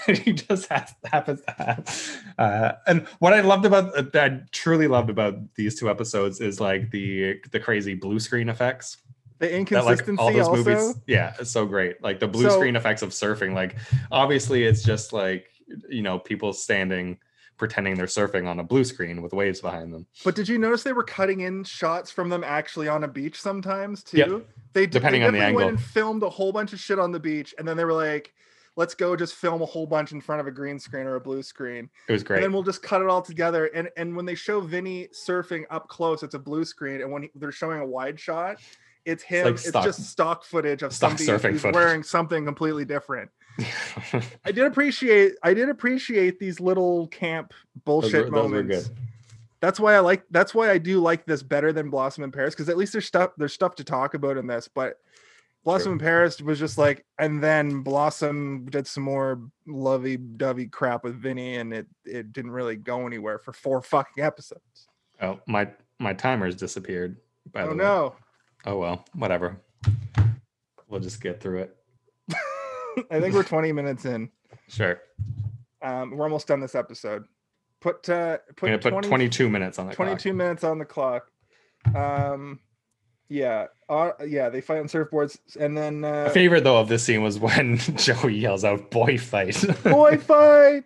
[SPEAKER 2] that he just has, happens to have. Uh, and what I loved about that I truly loved about these two episodes is like the the crazy blue screen effects.
[SPEAKER 1] the
[SPEAKER 2] That like
[SPEAKER 1] inconsistency
[SPEAKER 2] all those
[SPEAKER 1] also.
[SPEAKER 2] movies. Yeah, it's so great. Like the blue
[SPEAKER 1] So-
[SPEAKER 2] screen effects of surfing. Like obviously it's just like you know, people standing pretending they're surfing on a blue screen with waves behind them.
[SPEAKER 1] But did you notice they were cutting in shots from them actually on a beach sometimes too?
[SPEAKER 2] Yep.
[SPEAKER 1] They d- they
[SPEAKER 2] Depending on the
[SPEAKER 1] definitely went
[SPEAKER 2] angle.
[SPEAKER 1] and filmed a whole bunch of shit on the beach, and then they were like, "Let's go just film a whole bunch in front of a green screen or a blue screen,
[SPEAKER 2] It was great.
[SPEAKER 1] and then we'll just cut it all together." And and when they show Vinny surfing up close, it's a blue screen, and when he- they're showing a wide shot, it's him.
[SPEAKER 2] like
[SPEAKER 1] It's,
[SPEAKER 2] stock-
[SPEAKER 1] just stock footage of
[SPEAKER 2] stock surfing
[SPEAKER 1] somebody who's
[SPEAKER 2] footage.
[SPEAKER 1] wearing something completely different. I did appreciate I did appreciate these little camp
[SPEAKER 2] those,
[SPEAKER 1] bullshit
[SPEAKER 2] were, those were
[SPEAKER 1] moments.
[SPEAKER 2] good.
[SPEAKER 1] That's why I like that's why I do like this better than Blossom in Paris because at least there's stuff there's stuff to talk about in this, but Blossom
[SPEAKER 2] True.
[SPEAKER 1] in Paris was just like and then Blossom did some more lovey dovey crap with Vinny and it it didn't really go anywhere for four fucking episodes.
[SPEAKER 2] Oh, my my timer's disappeared. By
[SPEAKER 1] oh
[SPEAKER 2] the way.
[SPEAKER 1] no.
[SPEAKER 2] Oh well, whatever. We'll just get through it.
[SPEAKER 1] I think we're 20 minutes in.
[SPEAKER 2] Sure.
[SPEAKER 1] Um, we're almost done this episode. Put uh
[SPEAKER 2] I'm gonna
[SPEAKER 1] put,
[SPEAKER 2] put
[SPEAKER 1] 20
[SPEAKER 2] 22 minutes on the
[SPEAKER 1] 22 minutes on the clock. Um yeah, uh, yeah, they fight on surfboards and then
[SPEAKER 2] clock. My
[SPEAKER 1] uh,
[SPEAKER 2] favorite though of this scene was when Joey yells out "boy fight."
[SPEAKER 1] boy fight.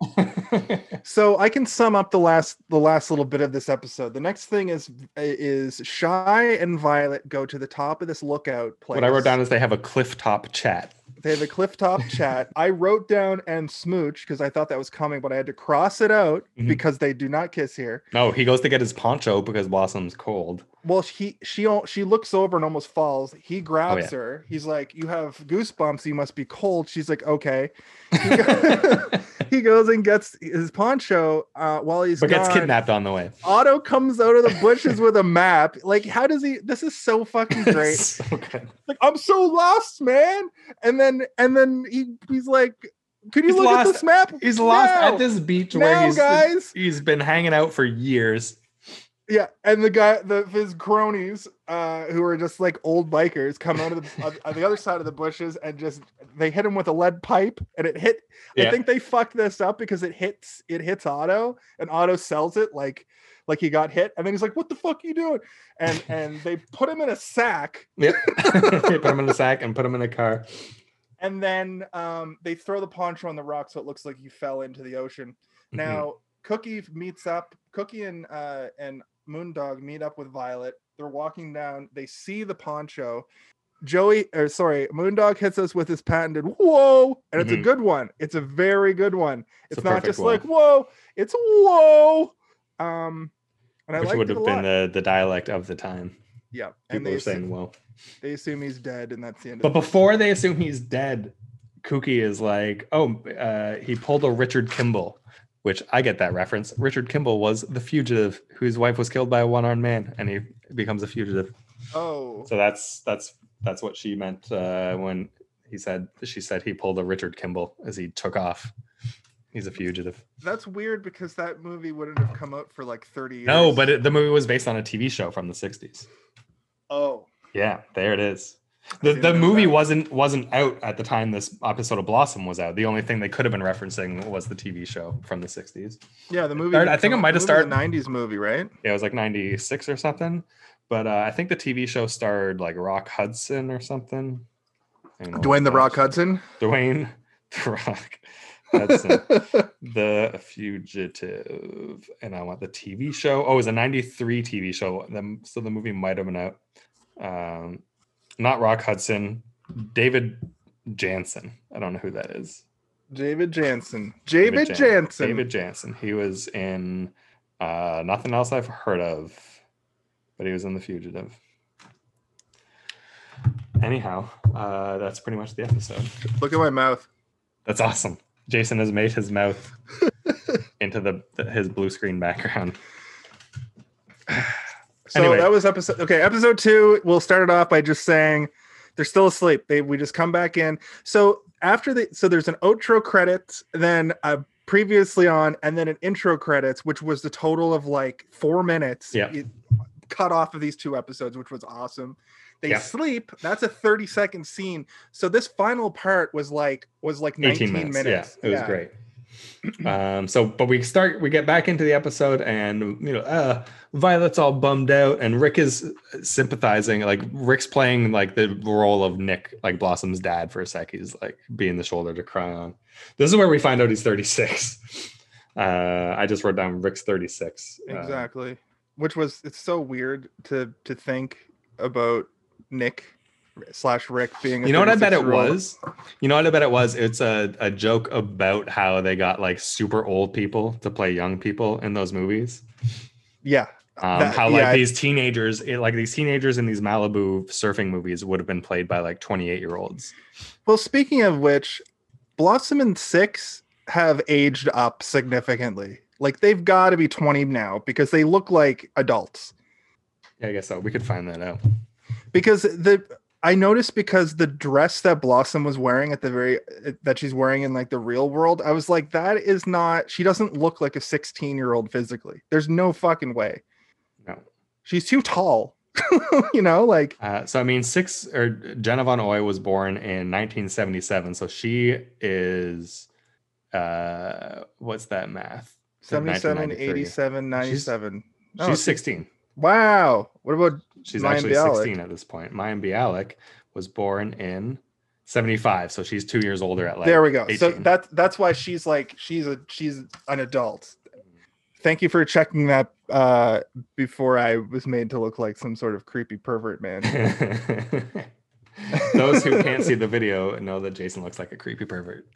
[SPEAKER 2] yeah,
[SPEAKER 1] So I can sum up the last the last little bit of this episode. The next thing is is Shy and Violet go to the top of this lookout place.
[SPEAKER 2] what I wrote down is they have a cliff top chat.
[SPEAKER 1] They have a cliff top chat. I wrote down and smooch because I thought that was coming, but I had to cross it out
[SPEAKER 2] Mhm.
[SPEAKER 1] because they do not kiss here.
[SPEAKER 2] No, he goes to get his poncho because Blossom's cold.
[SPEAKER 1] Well, he she al- she looks over and almost falls. He grabs
[SPEAKER 2] Oh, yeah.
[SPEAKER 1] her. He's like, "You have goosebumps. You must be cold." She's like, "Okay." He, go-
[SPEAKER 2] but
[SPEAKER 1] he goes and gets his poncho uh, while he's
[SPEAKER 2] gets
[SPEAKER 1] gone.
[SPEAKER 2] kidnapped on the way.
[SPEAKER 1] Otto comes out of the bushes with a map. Like, how does he? This is so fucking great.
[SPEAKER 2] So good.
[SPEAKER 1] like, I'm so lost, man. And then, and then he he's like, "Could you
[SPEAKER 2] He's
[SPEAKER 1] look
[SPEAKER 2] lost.
[SPEAKER 1] at this map?"
[SPEAKER 2] He's lost
[SPEAKER 1] No.
[SPEAKER 2] at this beach where
[SPEAKER 1] Now,
[SPEAKER 2] he's
[SPEAKER 1] guys.
[SPEAKER 2] he's been hanging out for years.
[SPEAKER 1] Yeah, and the guy, the his cronies, uh, who are just like old bikers, come out of the of- of the other side of the bushes and just they hit him with a lead pipe, and it hit. I
[SPEAKER 2] Yeah.
[SPEAKER 1] think they fucked this up because it hits it hits Otto, and Otto sells it like like he got hit, and then he's like, "What the fuck you doing?" And and they put him in a sack,
[SPEAKER 2] Yep. put him in a sack and put him in a car.
[SPEAKER 1] and then um, they throw the poncho on the rock so it looks like he fell into the ocean.
[SPEAKER 2] Mm-hmm.
[SPEAKER 1] Now Cookie meets up. Cookie and uh, and Moondog meet up with Violet. They're walking down. They see the poncho. Joey, or sorry, Moondog hits us with his patented "whoa," and it's
[SPEAKER 2] Mhm.
[SPEAKER 1] a good one. It's a very good one. It's,
[SPEAKER 2] It's a
[SPEAKER 1] not
[SPEAKER 2] perfect
[SPEAKER 1] just
[SPEAKER 2] one.
[SPEAKER 1] like "whoa," it's "whoa." Um, and I
[SPEAKER 2] Mm-hmm. which
[SPEAKER 1] like
[SPEAKER 2] would
[SPEAKER 1] it a
[SPEAKER 2] have been
[SPEAKER 1] lot.
[SPEAKER 2] the, the dialect of the time.
[SPEAKER 1] Yeah, and
[SPEAKER 2] People
[SPEAKER 1] they
[SPEAKER 2] were
[SPEAKER 1] assume,
[SPEAKER 2] saying, well.
[SPEAKER 1] they assume he's dead, and that's the end.
[SPEAKER 2] But
[SPEAKER 1] Of it.
[SPEAKER 2] before they assume he's dead, Kookie is like, oh, uh, he pulled a Richard Kimball, which I get that reference. Richard Kimball was the fugitive whose wife was killed by a one armed man, and he becomes a fugitive.
[SPEAKER 1] Oh,
[SPEAKER 2] So that's that's that's what she meant uh, when he said she said he pulled a Richard Kimball as he took off. He's a fugitive.
[SPEAKER 1] that's weird because that movie wouldn't have come out for like thirty years.
[SPEAKER 2] No, but it, the movie was based on a TV show from the '60s.
[SPEAKER 1] oh,
[SPEAKER 2] Yeah, there it is. The,
[SPEAKER 1] didn't
[SPEAKER 2] the
[SPEAKER 1] know
[SPEAKER 2] movie
[SPEAKER 1] that.
[SPEAKER 2] wasn't wasn't out at the time this episode of Blossom was out. The only thing they could have been referencing was the TV show from the 60s.
[SPEAKER 1] yeah, the movie.
[SPEAKER 2] started- I think it might have started-
[SPEAKER 1] nineties movie, right?
[SPEAKER 2] Yeah, it was like 96 or something. But uh, I think the TV show starred like Rock Hudson or something. Hang on,
[SPEAKER 1] Dwayne the
[SPEAKER 2] uh,
[SPEAKER 1] Rock Hudson.
[SPEAKER 2] Dwayne the Rock Hudson, the fugitive. And I want the TV show. Oh, it was a 93 TV show. The- So the movie might have been out. Um, not Rock Hudson, David Jansen. I don't know who that is.
[SPEAKER 1] David Jansen. David
[SPEAKER 2] Jan-
[SPEAKER 1] Jansen.
[SPEAKER 2] David Jansen. He was in uh, nothing else I've heard of, but he was in The Fugitive. Anyhow, uh, that's pretty much the episode.
[SPEAKER 1] Look at my mouth.
[SPEAKER 2] That's awesome. Jason has made his mouth into the, the- his blue screen background.
[SPEAKER 1] So
[SPEAKER 2] Anyway.
[SPEAKER 1] that was episode. Okay, episode two. We'll start it off by just saying they're still asleep. They we just come back in. So after the so there's an outro credits, then a previously on, and then an intro credits, which was the total of like four minutes.
[SPEAKER 2] Yeah.
[SPEAKER 1] It- Cut off of these two episodes, which was awesome. They
[SPEAKER 2] Yeah.
[SPEAKER 1] sleep. That's a 30 second scene. So this final part was like was like 19
[SPEAKER 2] 18 minutes.
[SPEAKER 1] minutes.
[SPEAKER 2] Yeah, it was great. Um, so, but we start, we get back into the episode, and you know, uh, Violet's all bummed out, and Rick is sympathizing. Like Rick's playing like the role of Nick, like Blossom's dad, for a sec. He's like being the shoulder to cry on. This is where we find out he's 36. Uh, I just wrote down Rick's 36. Uh,
[SPEAKER 1] Exactly. Which was it's so weird to to think about Nick slash Rick being. A
[SPEAKER 2] you know what I bet it
[SPEAKER 1] 36-year-old.
[SPEAKER 2] was? You know what I bet it was? It's a, a joke about how they got like super old people to play young people in those movies.
[SPEAKER 1] Yeah.
[SPEAKER 2] um,
[SPEAKER 1] That-
[SPEAKER 2] how like
[SPEAKER 1] yeah.
[SPEAKER 2] these teenagers it, like these teenagers in these malibu surfing movies would have been played by like 28 year olds
[SPEAKER 1] Well, speaking of which, Blossom and Six have aged up significantly. Like they've got to be twenty now because they look like adults.
[SPEAKER 2] yeah i guess so we could find that out
[SPEAKER 1] Because the I noticed because the dress that Blossom was wearing at the very that she's wearing in like the real world, I was like, that is not. She doesn't look like a sixteen-year-old physically. There's no fucking way.
[SPEAKER 2] no
[SPEAKER 1] she's too tall. you know, like
[SPEAKER 2] uh, so i mean six or jenna von oy was born in 1977 so she is uh what's that math
[SPEAKER 1] 77,
[SPEAKER 2] 1993.
[SPEAKER 1] 87, 97. No,
[SPEAKER 2] she's 16
[SPEAKER 1] wow. What about
[SPEAKER 2] she's
[SPEAKER 1] Mayim
[SPEAKER 2] actually
[SPEAKER 1] Bialik.
[SPEAKER 2] 16 at this point Mayim bialik was born in 75 so she's two years older at like
[SPEAKER 1] there we go. So
[SPEAKER 2] 18.
[SPEAKER 1] that's that's why she's like she's a she's an adult. Thank you for checking that uh before I was made to look like some sort of creepy pervert man.
[SPEAKER 2] Those who can't see the video know that Jason looks like a creepy pervert.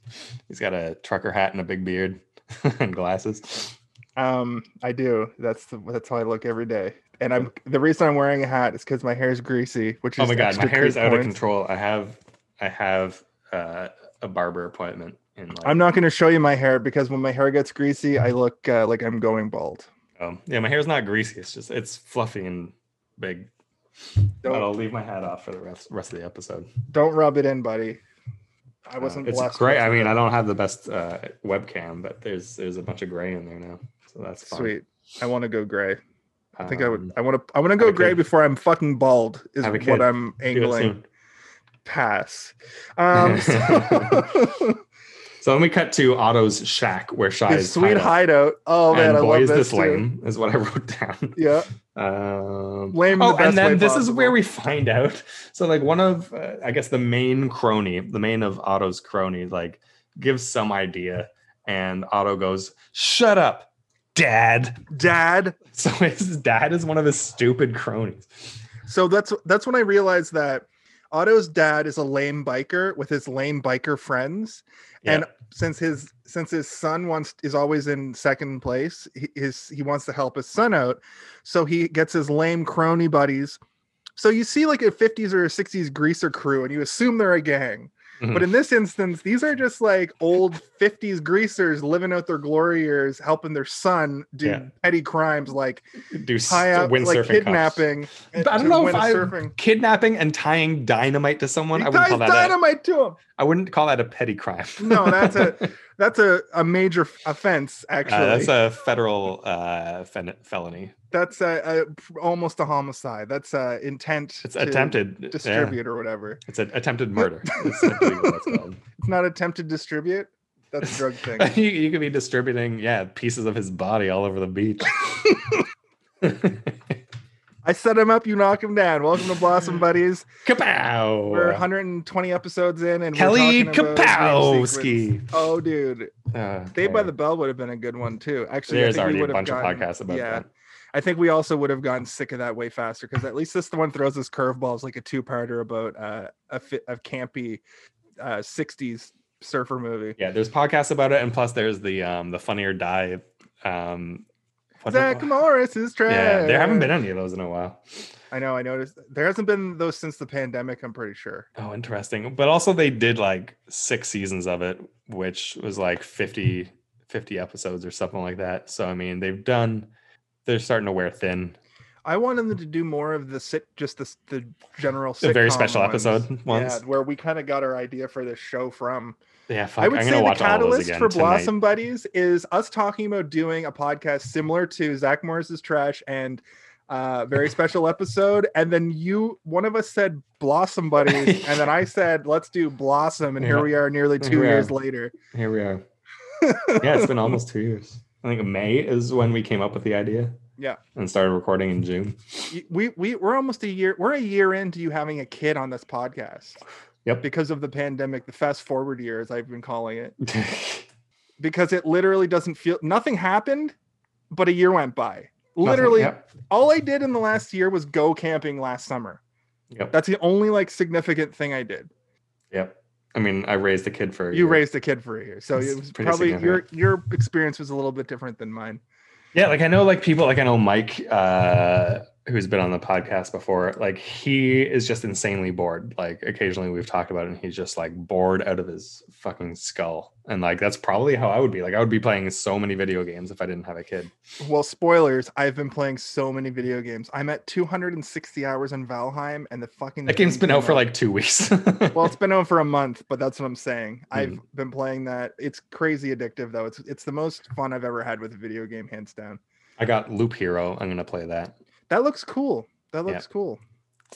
[SPEAKER 2] He's got a trucker hat and a big beard and glasses. Oh
[SPEAKER 1] Um I do. That's the, that's how I look every day. And I'm the reason I'm wearing a hat is because my hair is greasy, which is
[SPEAKER 2] oh my god, my
[SPEAKER 1] extra
[SPEAKER 2] hair is
[SPEAKER 1] creep
[SPEAKER 2] out of
[SPEAKER 1] points.
[SPEAKER 2] control. I have I have uh, a barber appointment in like
[SPEAKER 1] I'm not going to show you my hair because when my hair gets greasy,
[SPEAKER 2] Mm-hmm.
[SPEAKER 1] I look uh, like I'm going bald.
[SPEAKER 2] um, yeah, my hair's not greasy. It's just it's fluffy and big. But
[SPEAKER 1] Don't-
[SPEAKER 2] I'll leave my hat off for the rest rest of the episode.
[SPEAKER 1] Don't rub it in, buddy. I
[SPEAKER 2] Uh,
[SPEAKER 1] wasn't
[SPEAKER 2] it's
[SPEAKER 1] blessed.
[SPEAKER 2] great.
[SPEAKER 1] with
[SPEAKER 2] I mean, I don't have the best uh, webcam, but there's there's a bunch of gray in there now, so that's fine.
[SPEAKER 1] sweet. I want to go gray. I think I
[SPEAKER 2] Um,
[SPEAKER 1] would. I want to. I want to
[SPEAKER 2] have
[SPEAKER 1] go
[SPEAKER 2] a
[SPEAKER 1] gray
[SPEAKER 2] kid.
[SPEAKER 1] before I'm fucking bald. Is
[SPEAKER 2] Have a
[SPEAKER 1] what
[SPEAKER 2] kid.
[SPEAKER 1] I'm
[SPEAKER 2] do it soon.
[SPEAKER 1] angling pass. Um, so-
[SPEAKER 2] So then we cut to Otto's shack where Shy
[SPEAKER 1] his
[SPEAKER 2] is.
[SPEAKER 1] sweet
[SPEAKER 2] tied up.
[SPEAKER 1] hideout. Oh man,
[SPEAKER 2] and
[SPEAKER 1] I
[SPEAKER 2] boy,
[SPEAKER 1] love
[SPEAKER 2] is
[SPEAKER 1] this,
[SPEAKER 2] this
[SPEAKER 1] too.
[SPEAKER 2] lame, is what I wrote down.
[SPEAKER 1] Yeah,
[SPEAKER 2] Um,
[SPEAKER 1] Lame in the
[SPEAKER 2] Oh,
[SPEAKER 1] best
[SPEAKER 2] and
[SPEAKER 1] way
[SPEAKER 2] then this is
[SPEAKER 1] possible.
[SPEAKER 2] where we find out. So, like, one of, uh, I guess, the main crony, the main of Otto's crony, like, gives some idea, and Otto goes, "Shut up, Dad."
[SPEAKER 1] Dad.
[SPEAKER 2] So his dad is one of his stupid cronies.
[SPEAKER 1] So that's that's when I realized that Otto's dad is a lame biker with his lame biker friends, And since his since his son wants is always in second place, he, his he wants to help his son out, so he gets his lame crony buddies. So you see like a 50s or a 60s greaser crew, and you assume they're a gang.
[SPEAKER 2] Mhm.
[SPEAKER 1] But in this instance, these are just like old 50s greasers living out their glory years, helping their son do
[SPEAKER 2] Yeah.
[SPEAKER 1] petty crimes like
[SPEAKER 2] yeah, do s-
[SPEAKER 1] tie up,
[SPEAKER 2] windsurfing
[SPEAKER 1] like
[SPEAKER 2] cops.
[SPEAKER 1] kidnapping.
[SPEAKER 2] But I
[SPEAKER 1] to
[SPEAKER 2] don't know if
[SPEAKER 1] win a
[SPEAKER 2] I
[SPEAKER 1] surfing.
[SPEAKER 2] kidnapping and tying dynamite to someone.
[SPEAKER 1] He
[SPEAKER 2] I wouldn't
[SPEAKER 1] ties
[SPEAKER 2] call that. a-
[SPEAKER 1] dynamite to him.
[SPEAKER 2] I wouldn't call that a petty crime.
[SPEAKER 1] No, that's a- That's a, a major f- offense, actually.
[SPEAKER 2] Uh, that's a federal uh, fen- felony.
[SPEAKER 1] that's a, a almost a homicide. That's a intent
[SPEAKER 2] It's
[SPEAKER 1] to
[SPEAKER 2] attempted yeah.
[SPEAKER 1] distribute or whatever.
[SPEAKER 2] It's an attempted murder. It's simply what that's called.
[SPEAKER 1] It's not attempted distribute. That's a drug thing.
[SPEAKER 2] you, you could be distributing, yeah, pieces of his body all over the beach.
[SPEAKER 1] I set him up, you knock him down. Welcome to Blossom Buddies.
[SPEAKER 2] Kapow!
[SPEAKER 1] We're 120 episodes in, and
[SPEAKER 2] Kelly
[SPEAKER 1] we're talking about dream sequence.
[SPEAKER 2] Kapowski.
[SPEAKER 1] Oh, dude,
[SPEAKER 2] Uh,
[SPEAKER 1] Saved by the Bell would have been a good one too. Actually,
[SPEAKER 2] There's
[SPEAKER 1] I think we
[SPEAKER 2] already a
[SPEAKER 1] would have
[SPEAKER 2] bunch
[SPEAKER 1] gotten-
[SPEAKER 2] of podcasts about
[SPEAKER 1] yeah,
[SPEAKER 2] that.
[SPEAKER 1] I think we also would have gotten sick of that way faster because at least this one throws us curveballs like a two-parter about uh, a fit of campy uh, 60s surfer movie.
[SPEAKER 2] Yeah, there's podcasts about it, and plus there's the um the funnier die. Um, what-
[SPEAKER 1] Zach Morris is trash.
[SPEAKER 2] yeah, there haven't been any of those in a while.
[SPEAKER 1] I know. I noticed there hasn't been those since the pandemic. I'm pretty sure.
[SPEAKER 2] Oh, interesting. But also, they did like six seasons of it which was like 50, 50 episodes or something like that. So I mean, they've done. They're starting to wear thin.
[SPEAKER 1] I wanted them to do more of the sit, just the the general.
[SPEAKER 2] The very
[SPEAKER 1] sitcom
[SPEAKER 2] special
[SPEAKER 1] ones.
[SPEAKER 2] episode ones.
[SPEAKER 1] Yeah, where we kind of got our idea for this show from.
[SPEAKER 2] Yeah, fuck,
[SPEAKER 1] I would
[SPEAKER 2] I'm
[SPEAKER 1] say
[SPEAKER 2] gonna
[SPEAKER 1] the
[SPEAKER 2] watch all those
[SPEAKER 1] catalyst
[SPEAKER 2] again
[SPEAKER 1] for
[SPEAKER 2] tonight.
[SPEAKER 1] Blossom Buddies is us talking about doing a podcast similar to Zach Morris's Trash and uh very special episode and then you one of us said blossom buddies and then i said let's do blossom and here
[SPEAKER 2] Yeah.
[SPEAKER 1] we are nearly two
[SPEAKER 2] Yeah.
[SPEAKER 1] years later
[SPEAKER 2] Here we are. yeah, it's been almost two years. I think May is when we came up with the idea.
[SPEAKER 1] Yeah.
[SPEAKER 2] And started recording in June.
[SPEAKER 1] You- we we we're almost a year we're a year into you having a kid on this podcast
[SPEAKER 2] Yep.
[SPEAKER 1] because of the pandemic the fast forward year as i've been calling it because it literally doesn't feel nothing happened but a year went by literally
[SPEAKER 2] Yep.
[SPEAKER 1] all i did in the last year was go camping last summer
[SPEAKER 2] Yep.
[SPEAKER 1] that's the only like significant thing i did
[SPEAKER 2] yep. I mean, I raised a kid for a
[SPEAKER 1] you
[SPEAKER 2] year.
[SPEAKER 1] raised a kid for a year so
[SPEAKER 2] That's
[SPEAKER 1] it was
[SPEAKER 2] pretty
[SPEAKER 1] probably your your experience was a little bit different than mine
[SPEAKER 2] Yeah, like I know like people like I know Mike uh who's been on the podcast before, like he is just insanely bored. Like occasionally we've talked about it and he's just like bored out of his fucking skull. And like that's probably how I would be. Like I would be playing so many video games if I didn't have a kid.
[SPEAKER 1] well spoilers i've been playing so many video games i'm at 260 hours in valheim and the fucking
[SPEAKER 2] That game's
[SPEAKER 1] thing
[SPEAKER 2] been
[SPEAKER 1] came
[SPEAKER 2] out for like two weeks.
[SPEAKER 1] well it's been out for a month but that's what i'm saying
[SPEAKER 2] Hmm.
[SPEAKER 1] i've been playing that it's crazy addictive though it's it's the most fun i've ever had with a video game hands down
[SPEAKER 2] I got Loop Hero. I'm gonna play that.
[SPEAKER 1] that looks cool that
[SPEAKER 2] Yeah.
[SPEAKER 1] looks cool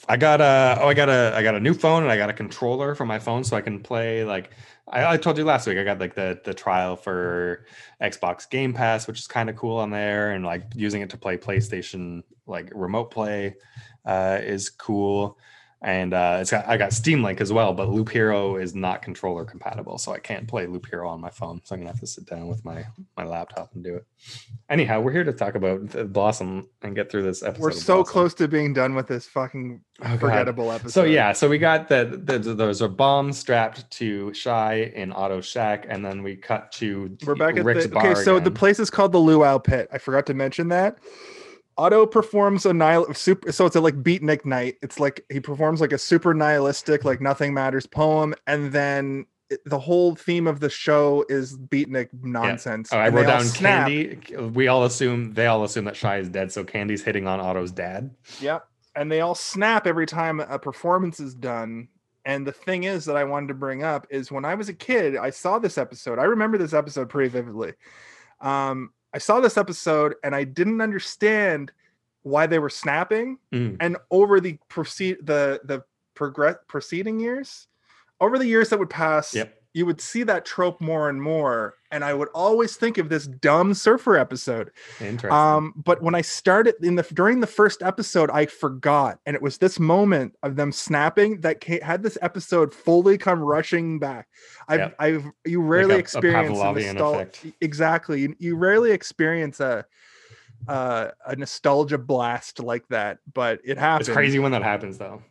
[SPEAKER 2] I got a oh I got a I got a new phone and I got a controller for my phone so I can play like I, I told you last week I got like the the trial for Xbox Game Pass which is kind of cool on there and like using it to play PlayStation like remote play uh, is cool and uh, it's got I got Steam Link as well but Loop Hero is not controller compatible so I can't play Loop Hero on my phone so I'm gonna have to sit down with my my laptop and do it. Anyhow, we're here to talk about the Blossom and get through this episode.
[SPEAKER 1] we're
[SPEAKER 2] of
[SPEAKER 1] so
[SPEAKER 2] Blossom.
[SPEAKER 1] close to being done with this fucking
[SPEAKER 2] Oh, God.
[SPEAKER 1] forgettable episode
[SPEAKER 2] So yeah, so we got the, the, the there's a bomb strapped to Shy in Auto Shack, and then we cut to
[SPEAKER 1] we're back at
[SPEAKER 2] Rick's
[SPEAKER 1] the
[SPEAKER 2] bar
[SPEAKER 1] okay so the
[SPEAKER 2] again.
[SPEAKER 1] place is called the luau pit i forgot to mention that otto performs a nihil super so it's a like beatnik night it's like he performs like a super nihilistic like nothing matters poem and then it- the whole theme of the show is beatnik nonsense
[SPEAKER 2] Oh, I
[SPEAKER 1] and they
[SPEAKER 2] wrote
[SPEAKER 1] all
[SPEAKER 2] down
[SPEAKER 1] snap.
[SPEAKER 2] Candy. We all assume they all assume that Shy is dead, so Candy's hitting on Otto's dad.
[SPEAKER 1] Yep. And they all snap every time a performance is done. And the thing is that I wanted to bring up is when I was a kid, I saw this episode. I remember this episode pretty vividly. Um, I saw this episode and I didn't understand why they were snapping.
[SPEAKER 2] Mm.
[SPEAKER 1] And over the proceed the the progress preceding years, over the years that would pass,
[SPEAKER 2] Yep.
[SPEAKER 1] you would see that trope more and more. And I would always think of this dumb surfer episode.
[SPEAKER 2] Interesting.
[SPEAKER 1] Um, but when I started in the during the first episode, I forgot, and it was this moment of them snapping that ca- had this episode fully come rushing back. I've,
[SPEAKER 2] Yep.
[SPEAKER 1] I've you rarely
[SPEAKER 2] a- a
[SPEAKER 1] experience a,
[SPEAKER 2] Pavlovian
[SPEAKER 1] nostal- e,
[SPEAKER 2] effect.
[SPEAKER 1] exactly. You, you rarely experience a uh, a nostalgia blast like that, but it happens.
[SPEAKER 2] it's crazy when that happens, though.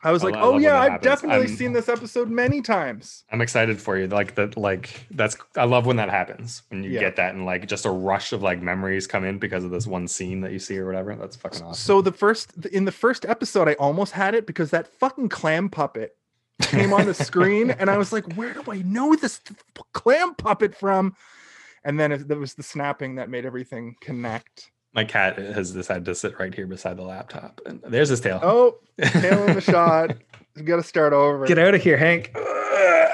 [SPEAKER 1] I was
[SPEAKER 2] I
[SPEAKER 1] like,
[SPEAKER 2] lo- I love
[SPEAKER 1] oh
[SPEAKER 2] when
[SPEAKER 1] yeah,
[SPEAKER 2] that
[SPEAKER 1] I've
[SPEAKER 2] happens.
[SPEAKER 1] definitely
[SPEAKER 2] I'm-
[SPEAKER 1] seen this episode many times.
[SPEAKER 2] I'm excited for you. Like that, like that's I love when that happens. When you
[SPEAKER 1] Yeah.
[SPEAKER 2] get that and like just a rush of like memories come in because of this one scene that you see or whatever. That's fucking awesome.
[SPEAKER 1] So the first in the first episode, I almost had it because that fucking clam puppet came on the screen and I was like, where do I know this th- clam puppet from? And then it, it was the snapping that made everything connect.
[SPEAKER 2] My cat has decided to sit right here beside the laptop. And there's his tail.
[SPEAKER 1] Oh, tail in the shot. We got to start over.
[SPEAKER 2] Get out of here, Hank. Uh,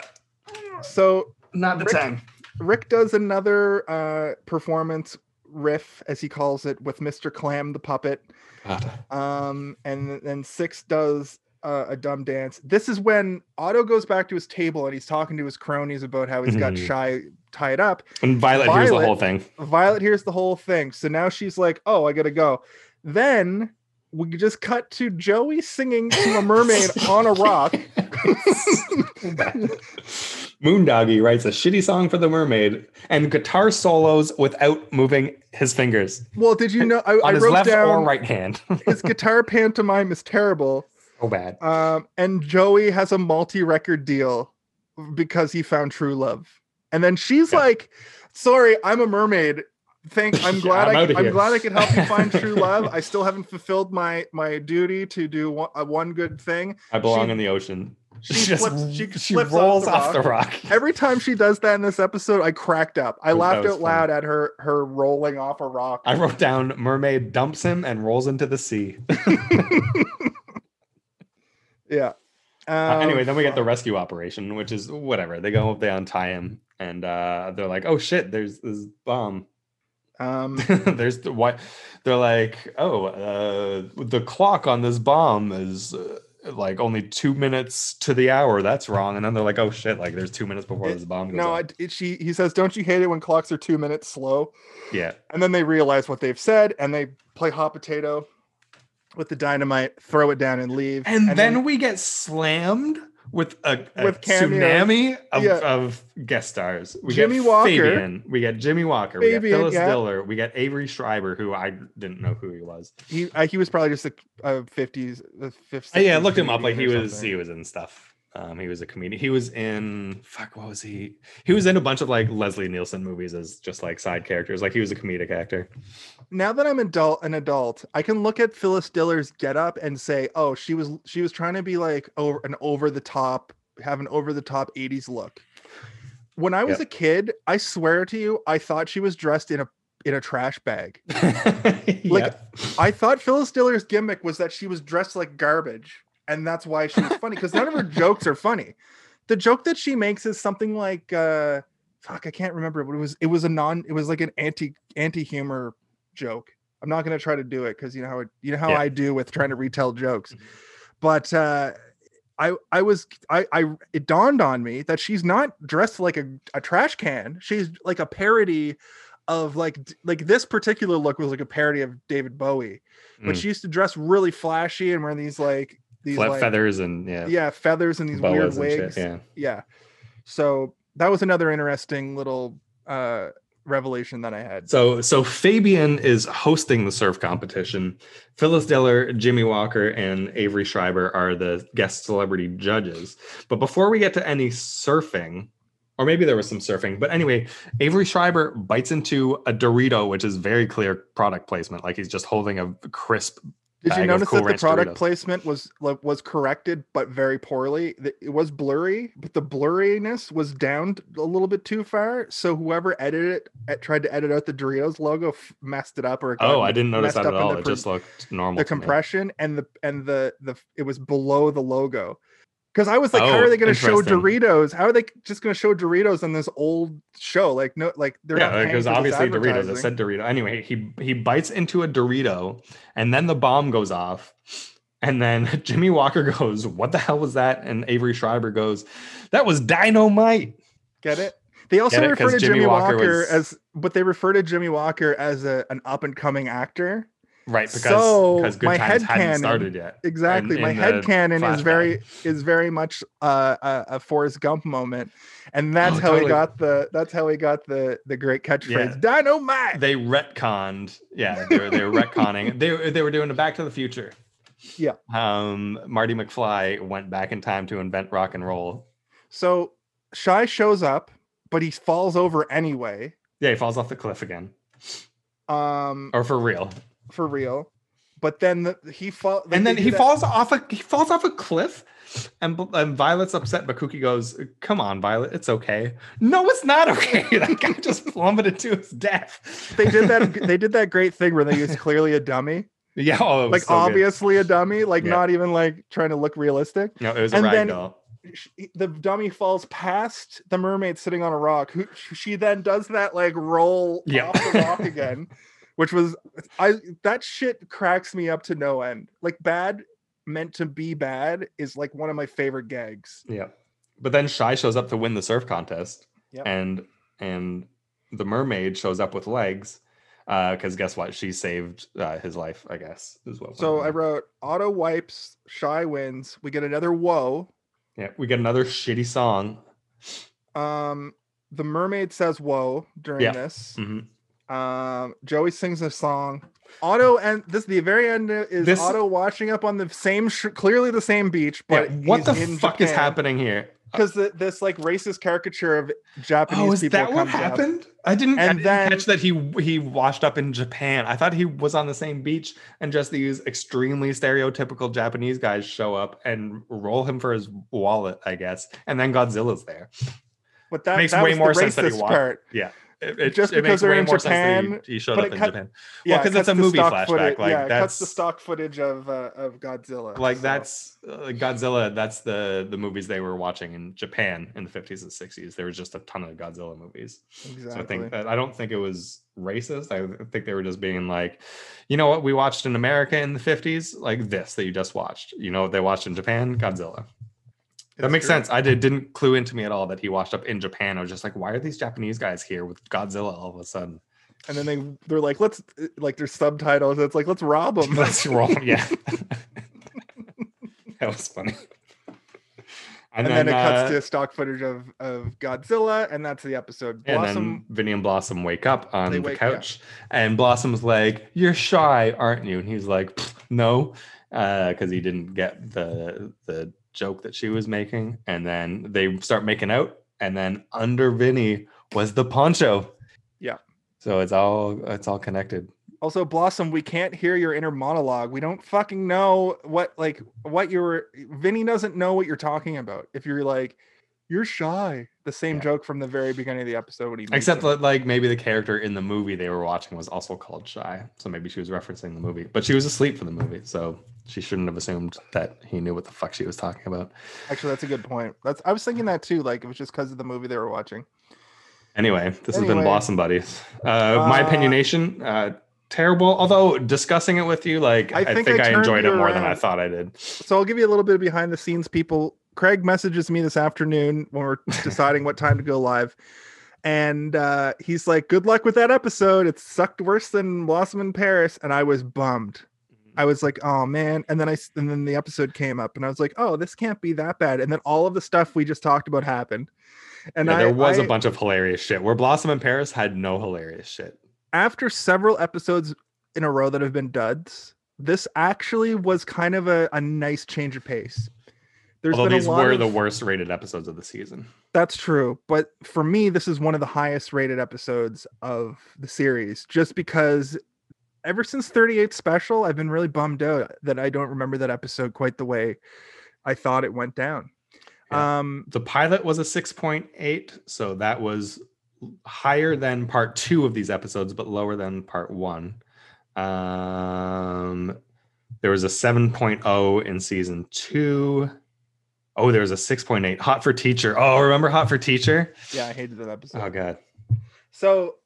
[SPEAKER 1] So
[SPEAKER 2] Not
[SPEAKER 1] the time. Rick does another uh, performance riff, as he calls it, with Mr. Clam the puppet. um and then six does uh, a dumb dance this is when otto goes back to his table and he's talking to his cronies about how he's got
[SPEAKER 2] Mhm.
[SPEAKER 1] shy tied up
[SPEAKER 2] And Violet, hears the
[SPEAKER 1] Violet-
[SPEAKER 2] whole thing.
[SPEAKER 1] violet hears the whole thing so now she's like oh i gotta go then we just cut to joey singing to a mermaid on a rock
[SPEAKER 2] Moondoggy writes a shitty song for the mermaid and guitar solos without moving his fingers
[SPEAKER 1] well did you know i, I
[SPEAKER 2] on his
[SPEAKER 1] wrote
[SPEAKER 2] left or
[SPEAKER 1] down
[SPEAKER 2] right hand.
[SPEAKER 1] his guitar pantomime is terrible
[SPEAKER 2] so bad.
[SPEAKER 1] um and joey has a multi-record deal because he found true love and then she's
[SPEAKER 2] Yeah.
[SPEAKER 1] like sorry i'm a mermaid thank i'm
[SPEAKER 2] Yeah,
[SPEAKER 1] glad
[SPEAKER 2] I'm
[SPEAKER 1] I,
[SPEAKER 2] outta
[SPEAKER 1] am
[SPEAKER 2] here."
[SPEAKER 1] glad i could help you find true love i still haven't fulfilled my my duty to do one, uh, one good thing
[SPEAKER 2] I belong
[SPEAKER 1] she-
[SPEAKER 2] in the ocean.
[SPEAKER 1] She,
[SPEAKER 2] She just
[SPEAKER 1] flips, she,
[SPEAKER 2] she
[SPEAKER 1] flips
[SPEAKER 2] rolls
[SPEAKER 1] off, the rock.
[SPEAKER 2] rock.
[SPEAKER 1] Every time she does that in this episode, I cracked up. I
[SPEAKER 2] That
[SPEAKER 1] laughed
[SPEAKER 2] was
[SPEAKER 1] out loud at her her rolling off a rock.
[SPEAKER 2] I wrote down mermaid dumps him and rolls into the sea.
[SPEAKER 1] yeah.
[SPEAKER 2] Uh,
[SPEAKER 1] Um,
[SPEAKER 2] anyway, then we get the rescue operation, which is whatever. They go, they untie him, and uh, they're like, "Oh shit, there's this bomb."
[SPEAKER 1] um,
[SPEAKER 2] there's the why they're like, "Oh, uh, the clock on this bomb is uh, like only two minutes to the hour. That's wrong." And then they're like, "Oh shit, like there's two minutes before
[SPEAKER 1] It-
[SPEAKER 2] this bomb goes."
[SPEAKER 1] no,
[SPEAKER 2] off."
[SPEAKER 1] I, it, she he says, "Don't you hate it when clocks are two minutes slow?"
[SPEAKER 2] yeah,
[SPEAKER 1] And then they realize what they've said, and they play hot potato with the dynamite, throw it down, and leave.
[SPEAKER 2] and, then, we get slammed. With a, a
[SPEAKER 1] With cameos.
[SPEAKER 2] tsunami of,
[SPEAKER 1] Yeah.
[SPEAKER 2] of guest stars, we
[SPEAKER 1] Jimmy
[SPEAKER 2] get
[SPEAKER 1] Walker.
[SPEAKER 2] Fabian, we get Jimmy Walker, we
[SPEAKER 1] Fabian,
[SPEAKER 2] get Phyllis
[SPEAKER 1] yeah.
[SPEAKER 2] Diller, we get Avery Schreiber, who I didn't know who he was.
[SPEAKER 1] he uh, he was probably just a, a 50s, a fifth.
[SPEAKER 2] Uh, yeah, I
[SPEAKER 1] 60s
[SPEAKER 2] looked him up. Like he
[SPEAKER 1] comedian or
[SPEAKER 2] was,
[SPEAKER 1] something.
[SPEAKER 2] he was in stuff. Um, he was a comedian. He was in fuck. What was he? He was in a bunch of like Leslie Nielsen movies as just like side characters. Like he was a comedic actor.
[SPEAKER 1] Now that I'm adult, an adult, I can look at Phyllis Diller's get up and say, "Oh, she was she was trying to be like over an over the top, have an over the top 80s look." When I was
[SPEAKER 2] Yeah.
[SPEAKER 1] a kid, I swear to you, I thought she was dressed in a in a trash bag.
[SPEAKER 2] yeah.
[SPEAKER 1] I thought Phyllis Diller's gimmick was that she was dressed like garbage, and that's why she was funny. Because none of her jokes are funny. The joke that she makes is something like, uh, "Fuck, I can't remember." But it was it was a non it was like an anti anti humor joke. I'm not gonna try to do it because you know how it, you know how
[SPEAKER 2] Yeah. Mm-hmm.
[SPEAKER 1] I do with trying to retell jokes. But uh, I I was I I it dawned on me that she's not dressed like a, a trash can. She's like a parody of like d- like this particular look was like a parody of David Bowie, but
[SPEAKER 2] Mm.
[SPEAKER 1] she used to dress really flashy and wear these like these
[SPEAKER 2] Flat
[SPEAKER 1] like,
[SPEAKER 2] feathers and yeah,
[SPEAKER 1] yeah feathers and these
[SPEAKER 2] boas and
[SPEAKER 1] weird wigs.
[SPEAKER 2] shit, Yeah,
[SPEAKER 1] yeah. So that was another interesting little uh revelation that I had.
[SPEAKER 2] So so Fabian is hosting the surf competition. Phyllis Diller, Jimmy Walker, and Avery Schreiber are the guest celebrity judges. But before we get to any surfing, or maybe there was some surfing, but anyway, Avery Schreiber bites into a Dorito, which is very clear product placement. Like he's just holding a crisp.
[SPEAKER 1] Did
[SPEAKER 2] bag
[SPEAKER 1] you
[SPEAKER 2] of
[SPEAKER 1] notice
[SPEAKER 2] Cool
[SPEAKER 1] that the
[SPEAKER 2] Ranch
[SPEAKER 1] product
[SPEAKER 2] Doritos.
[SPEAKER 1] placement was like was corrected but very poorly? The- It was blurry, but the blurriness was down a little bit too far. So whoever edited it eh, tried to edit out the Doritos logo f- messed it up or it got
[SPEAKER 2] Oh, I
[SPEAKER 1] m-
[SPEAKER 2] didn't notice
[SPEAKER 1] messed
[SPEAKER 2] that at
[SPEAKER 1] up in
[SPEAKER 2] all.
[SPEAKER 1] the
[SPEAKER 2] It
[SPEAKER 1] pro-
[SPEAKER 2] just looked normal.
[SPEAKER 1] the
[SPEAKER 2] to me.
[SPEAKER 1] compression and the and the the it was below the logo. Because I was like, how
[SPEAKER 2] Oh,
[SPEAKER 1] are they going to show
[SPEAKER 2] interesting.
[SPEAKER 1] Doritos? How are they just going to show Doritos on this old show? Like no, like they're not
[SPEAKER 2] Yeah,
[SPEAKER 1] paying
[SPEAKER 2] because
[SPEAKER 1] for this
[SPEAKER 2] obviously Doritos. It
[SPEAKER 1] advertising.
[SPEAKER 2] said Dorito. Anyway, he he bites into a Dorito, and then the bomb goes off, and then Jimmy Walker goes, "What the hell was that?" And Avery Schreiber goes, "That was dynamite."
[SPEAKER 1] Get it? They also
[SPEAKER 2] Get it?
[SPEAKER 1] refer
[SPEAKER 2] 'Cause
[SPEAKER 1] to Jimmy,
[SPEAKER 2] Jimmy
[SPEAKER 1] Walker,
[SPEAKER 2] Walker was-
[SPEAKER 1] as, but they refer to Jimmy Walker as a, an up and coming actor.
[SPEAKER 2] Right, because
[SPEAKER 1] So,
[SPEAKER 2] because good
[SPEAKER 1] my
[SPEAKER 2] times hadn't
[SPEAKER 1] headcanon-
[SPEAKER 2] started yet.
[SPEAKER 1] Exactly.
[SPEAKER 2] In-
[SPEAKER 1] My
[SPEAKER 2] in
[SPEAKER 1] head
[SPEAKER 2] the
[SPEAKER 1] canon is
[SPEAKER 2] flashback.
[SPEAKER 1] very is very much uh, a, a Forrest Gump moment, and that's
[SPEAKER 2] Oh,
[SPEAKER 1] how he
[SPEAKER 2] totally.
[SPEAKER 1] got the that's how he got the the great catchphrase "Dynamite."
[SPEAKER 2] They retconned. Yeah, they were, they were retconning. They they were doing a Back to the Future.
[SPEAKER 1] Yeah.
[SPEAKER 2] Um, Marty McFly went back in time to invent rock and roll.
[SPEAKER 1] So Shy shows up, but he falls over anyway.
[SPEAKER 2] Yeah, he falls off the cliff again,
[SPEAKER 1] Um,
[SPEAKER 2] or for real.
[SPEAKER 1] for real. But then the, he fall
[SPEAKER 2] and then
[SPEAKER 1] they do
[SPEAKER 2] he
[SPEAKER 1] that-
[SPEAKER 2] falls off a he falls off a cliff and, Bl- and violet's upset but Cookie goes come on violet it's okay no it's not okay that guy just plummeted to his death
[SPEAKER 1] They did that. They did that great thing where they used clearly a dummy,
[SPEAKER 2] yeah oh, it was
[SPEAKER 1] like
[SPEAKER 2] so good.
[SPEAKER 1] obviously a dummy, like
[SPEAKER 2] Yeah.
[SPEAKER 1] not even like trying to look realistic.
[SPEAKER 2] no it was a
[SPEAKER 1] and
[SPEAKER 2] rag
[SPEAKER 1] then-
[SPEAKER 2] doll
[SPEAKER 1] sh- the dummy falls past the mermaid sitting on a rock who she then does that like roll
[SPEAKER 2] Yeah.
[SPEAKER 1] off the rock again which was i that shit cracks me up to no end like bad meant to be bad is like one of my favorite gags
[SPEAKER 2] yeah but then shy shows up to win the surf contest
[SPEAKER 1] Yep.
[SPEAKER 2] and and the mermaid shows up with legs because guess what she saved uh, his life i guess is what
[SPEAKER 1] so i
[SPEAKER 2] wrote.
[SPEAKER 1] wrote auto wipes shy wins we get another whoa
[SPEAKER 2] yeah we get another shitty song
[SPEAKER 1] um the mermaid says whoa during
[SPEAKER 2] Yeah.
[SPEAKER 1] this
[SPEAKER 2] Mhm.
[SPEAKER 1] um joey sings a song auto and this the very end is
[SPEAKER 2] This-
[SPEAKER 1] auto washing up on the same sh- clearly the same beach but
[SPEAKER 2] yeah, what the
[SPEAKER 1] he's in
[SPEAKER 2] fuck is
[SPEAKER 1] Japan.
[SPEAKER 2] happening here?
[SPEAKER 1] because this like racist caricature of Japanese
[SPEAKER 2] Oh, is
[SPEAKER 1] people
[SPEAKER 2] that what
[SPEAKER 1] comes up.
[SPEAKER 2] happened? I didn't, I
[SPEAKER 1] And
[SPEAKER 2] didn't
[SPEAKER 1] then-
[SPEAKER 2] catch that he he washed up in Japan. I thought he was on the same beach and just these extremely stereotypical Japanese guys show up and roll him for his wallet, I guess. And then Godzilla's there.
[SPEAKER 1] But that
[SPEAKER 2] Makes
[SPEAKER 1] that
[SPEAKER 2] way
[SPEAKER 1] was
[SPEAKER 2] more
[SPEAKER 1] the
[SPEAKER 2] sense
[SPEAKER 1] racist
[SPEAKER 2] that he wa-
[SPEAKER 1] part.
[SPEAKER 2] It, it-
[SPEAKER 1] Just
[SPEAKER 2] it
[SPEAKER 1] because
[SPEAKER 2] makes
[SPEAKER 1] they're
[SPEAKER 2] way
[SPEAKER 1] in
[SPEAKER 2] more sense that he-
[SPEAKER 1] Japan,
[SPEAKER 2] he, showed
[SPEAKER 1] but
[SPEAKER 2] up
[SPEAKER 1] it
[SPEAKER 2] in
[SPEAKER 1] cut-
[SPEAKER 2] Japan. Well,
[SPEAKER 1] it
[SPEAKER 2] 'cause it's
[SPEAKER 1] cuts the
[SPEAKER 2] a movie
[SPEAKER 1] stock
[SPEAKER 2] flashback,
[SPEAKER 1] footage-
[SPEAKER 2] like,
[SPEAKER 1] yeah, it cuts the
[SPEAKER 2] that's-
[SPEAKER 1] stock footage of uh, of Godzilla.
[SPEAKER 2] Like
[SPEAKER 1] so.
[SPEAKER 2] that's uh, Godzilla. That's the the movies they were watching in Japan in the fifties and sixties. There was just a ton of Godzilla movies. So I
[SPEAKER 1] Exactly.
[SPEAKER 2] think that I don't think it was racist. I think they were just being like, you know what we watched in America in the 50s, like this that you just watched. You know what they watched in Japan? Godzilla. that
[SPEAKER 1] It's
[SPEAKER 2] makes
[SPEAKER 1] true.
[SPEAKER 2] sense. I did didn't clue into me at all that he washed up in Japan. I was just like, why are these Japanese guys here with Godzilla all of a sudden?
[SPEAKER 1] And then they they're like, let's like there's subtitles. It's like let's rob them.
[SPEAKER 2] That's wrong. Yeah. that was funny. uh,
[SPEAKER 1] and, then, it cuts to stock footage of of Godzilla, and that's the episode.
[SPEAKER 2] And
[SPEAKER 1] Blossom,
[SPEAKER 2] then Vinny and Blossom wake up on
[SPEAKER 1] They
[SPEAKER 2] the
[SPEAKER 1] wake up.
[SPEAKER 2] couch, and Blossom's like, "You're shy, aren't you?" And he's like, "Pfft, "No," because he didn't get the the joke that she was making. And then they start making out, and then under Vinny was the poncho.
[SPEAKER 1] Yeah.
[SPEAKER 2] So it's all it's all connected.
[SPEAKER 1] also Blossom, we can't hear your inner monologue. We don't fucking know what like what you were. Vinny doesn't know what you're talking about. If you're like, you're shy, the same
[SPEAKER 2] Yeah.
[SPEAKER 1] joke from the very beginning of the episode. When he meets
[SPEAKER 2] Except
[SPEAKER 1] him.
[SPEAKER 2] that, like, maybe the character in the movie they were watching was also called Shy. So maybe she was referencing the movie, but she was asleep for the movie. So she shouldn't have assumed that he knew what the fuck she was talking about.
[SPEAKER 1] actually, that's a good point. That's I was thinking that too. Like it was just because of the movie they were watching.
[SPEAKER 2] Anyway, this has been
[SPEAKER 1] Anyway.
[SPEAKER 2] Blossom Buddies. Uh, my
[SPEAKER 1] Uh,
[SPEAKER 2] opinionation, uh, terrible. Although discussing it with you, like
[SPEAKER 1] I
[SPEAKER 2] I
[SPEAKER 1] think
[SPEAKER 2] think,
[SPEAKER 1] I
[SPEAKER 2] I,
[SPEAKER 1] turned uh,
[SPEAKER 2] enjoyed
[SPEAKER 1] you
[SPEAKER 2] it more than I
[SPEAKER 1] around.
[SPEAKER 2] thought I did.
[SPEAKER 1] So I'll give you a little bit of behind the scenes, people. Craig messages me this afternoon when we're deciding what time to go live. And uh, he's like, Good luck with that episode. It sucked worse than Blossom in Paris. And I was bummed.
[SPEAKER 2] Mm-hmm.
[SPEAKER 1] I was like, Oh man. And then I s- and then the episode came up and I was like, Oh, this can't be that bad. And then all of the stuff we just talked about happened. And
[SPEAKER 2] Yeah,
[SPEAKER 1] I,
[SPEAKER 2] there was
[SPEAKER 1] a
[SPEAKER 2] a bunch of hilarious shit. Where Blossom in Paris had no hilarious shit.
[SPEAKER 1] after several episodes in a row that have been duds, this actually was kind of a, a nice change of pace. There's
[SPEAKER 2] Although
[SPEAKER 1] been
[SPEAKER 2] these
[SPEAKER 1] a lot
[SPEAKER 2] were
[SPEAKER 1] of,
[SPEAKER 2] the worst rated episodes of the season.
[SPEAKER 1] That's true. But for me, this is one of the highest rated episodes of the series just because ever since 38 special, I've been really bummed out that I don't remember that episode quite the way I thought it went down.
[SPEAKER 2] Yeah.
[SPEAKER 1] Um,
[SPEAKER 2] The pilot was a six point eight, so that was higher than part two of these episodes, but lower than part one. Um, there was a 7.0 in season two. Oh, there was a 6.8. Hot for Teacher. Oh, remember Hot for Teacher?
[SPEAKER 1] yeah, I hated that episode.
[SPEAKER 2] Oh, God.
[SPEAKER 1] So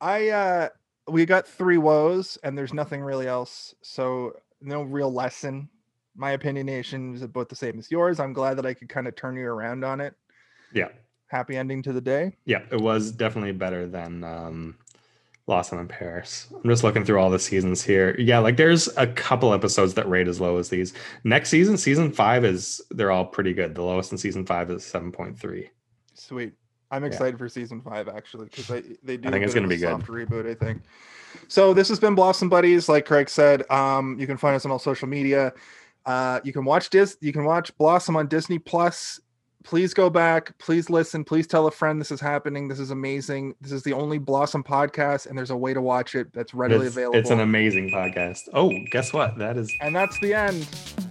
[SPEAKER 1] I uh we got three woes and there's nothing really else. So no real lesson. My opinionation is about the same as yours. I'm glad that I could kind of turn you around on it.
[SPEAKER 2] Yeah.
[SPEAKER 1] Happy ending to the day.
[SPEAKER 2] Yeah, it was definitely better than um, Blossom in Paris. I'm just looking through all the seasons here. Yeah, like there's a couple episodes that rate as low as these. Next season, season five is they're all pretty good. The lowest in season five is 7.3.
[SPEAKER 1] Sweet. I'm excited for season five actually because they they do.
[SPEAKER 2] think
[SPEAKER 1] a
[SPEAKER 2] it's
[SPEAKER 1] bit of
[SPEAKER 2] gonna
[SPEAKER 1] a
[SPEAKER 2] be good.
[SPEAKER 1] soft reboot. I think. So this has been Blossom Buddies. Like Craig said, um, you can find us on all social media. Uh, you can watch Dis. You can watch Blossom on Disney Plus. Please go back. Please listen. Please tell a friend this is happening. This is amazing. This is the only Blossom podcast, and there's a way to watch it that's readily
[SPEAKER 2] It's,
[SPEAKER 1] available.
[SPEAKER 2] it's an amazing podcast. Oh, guess what? That is
[SPEAKER 1] and that's the end.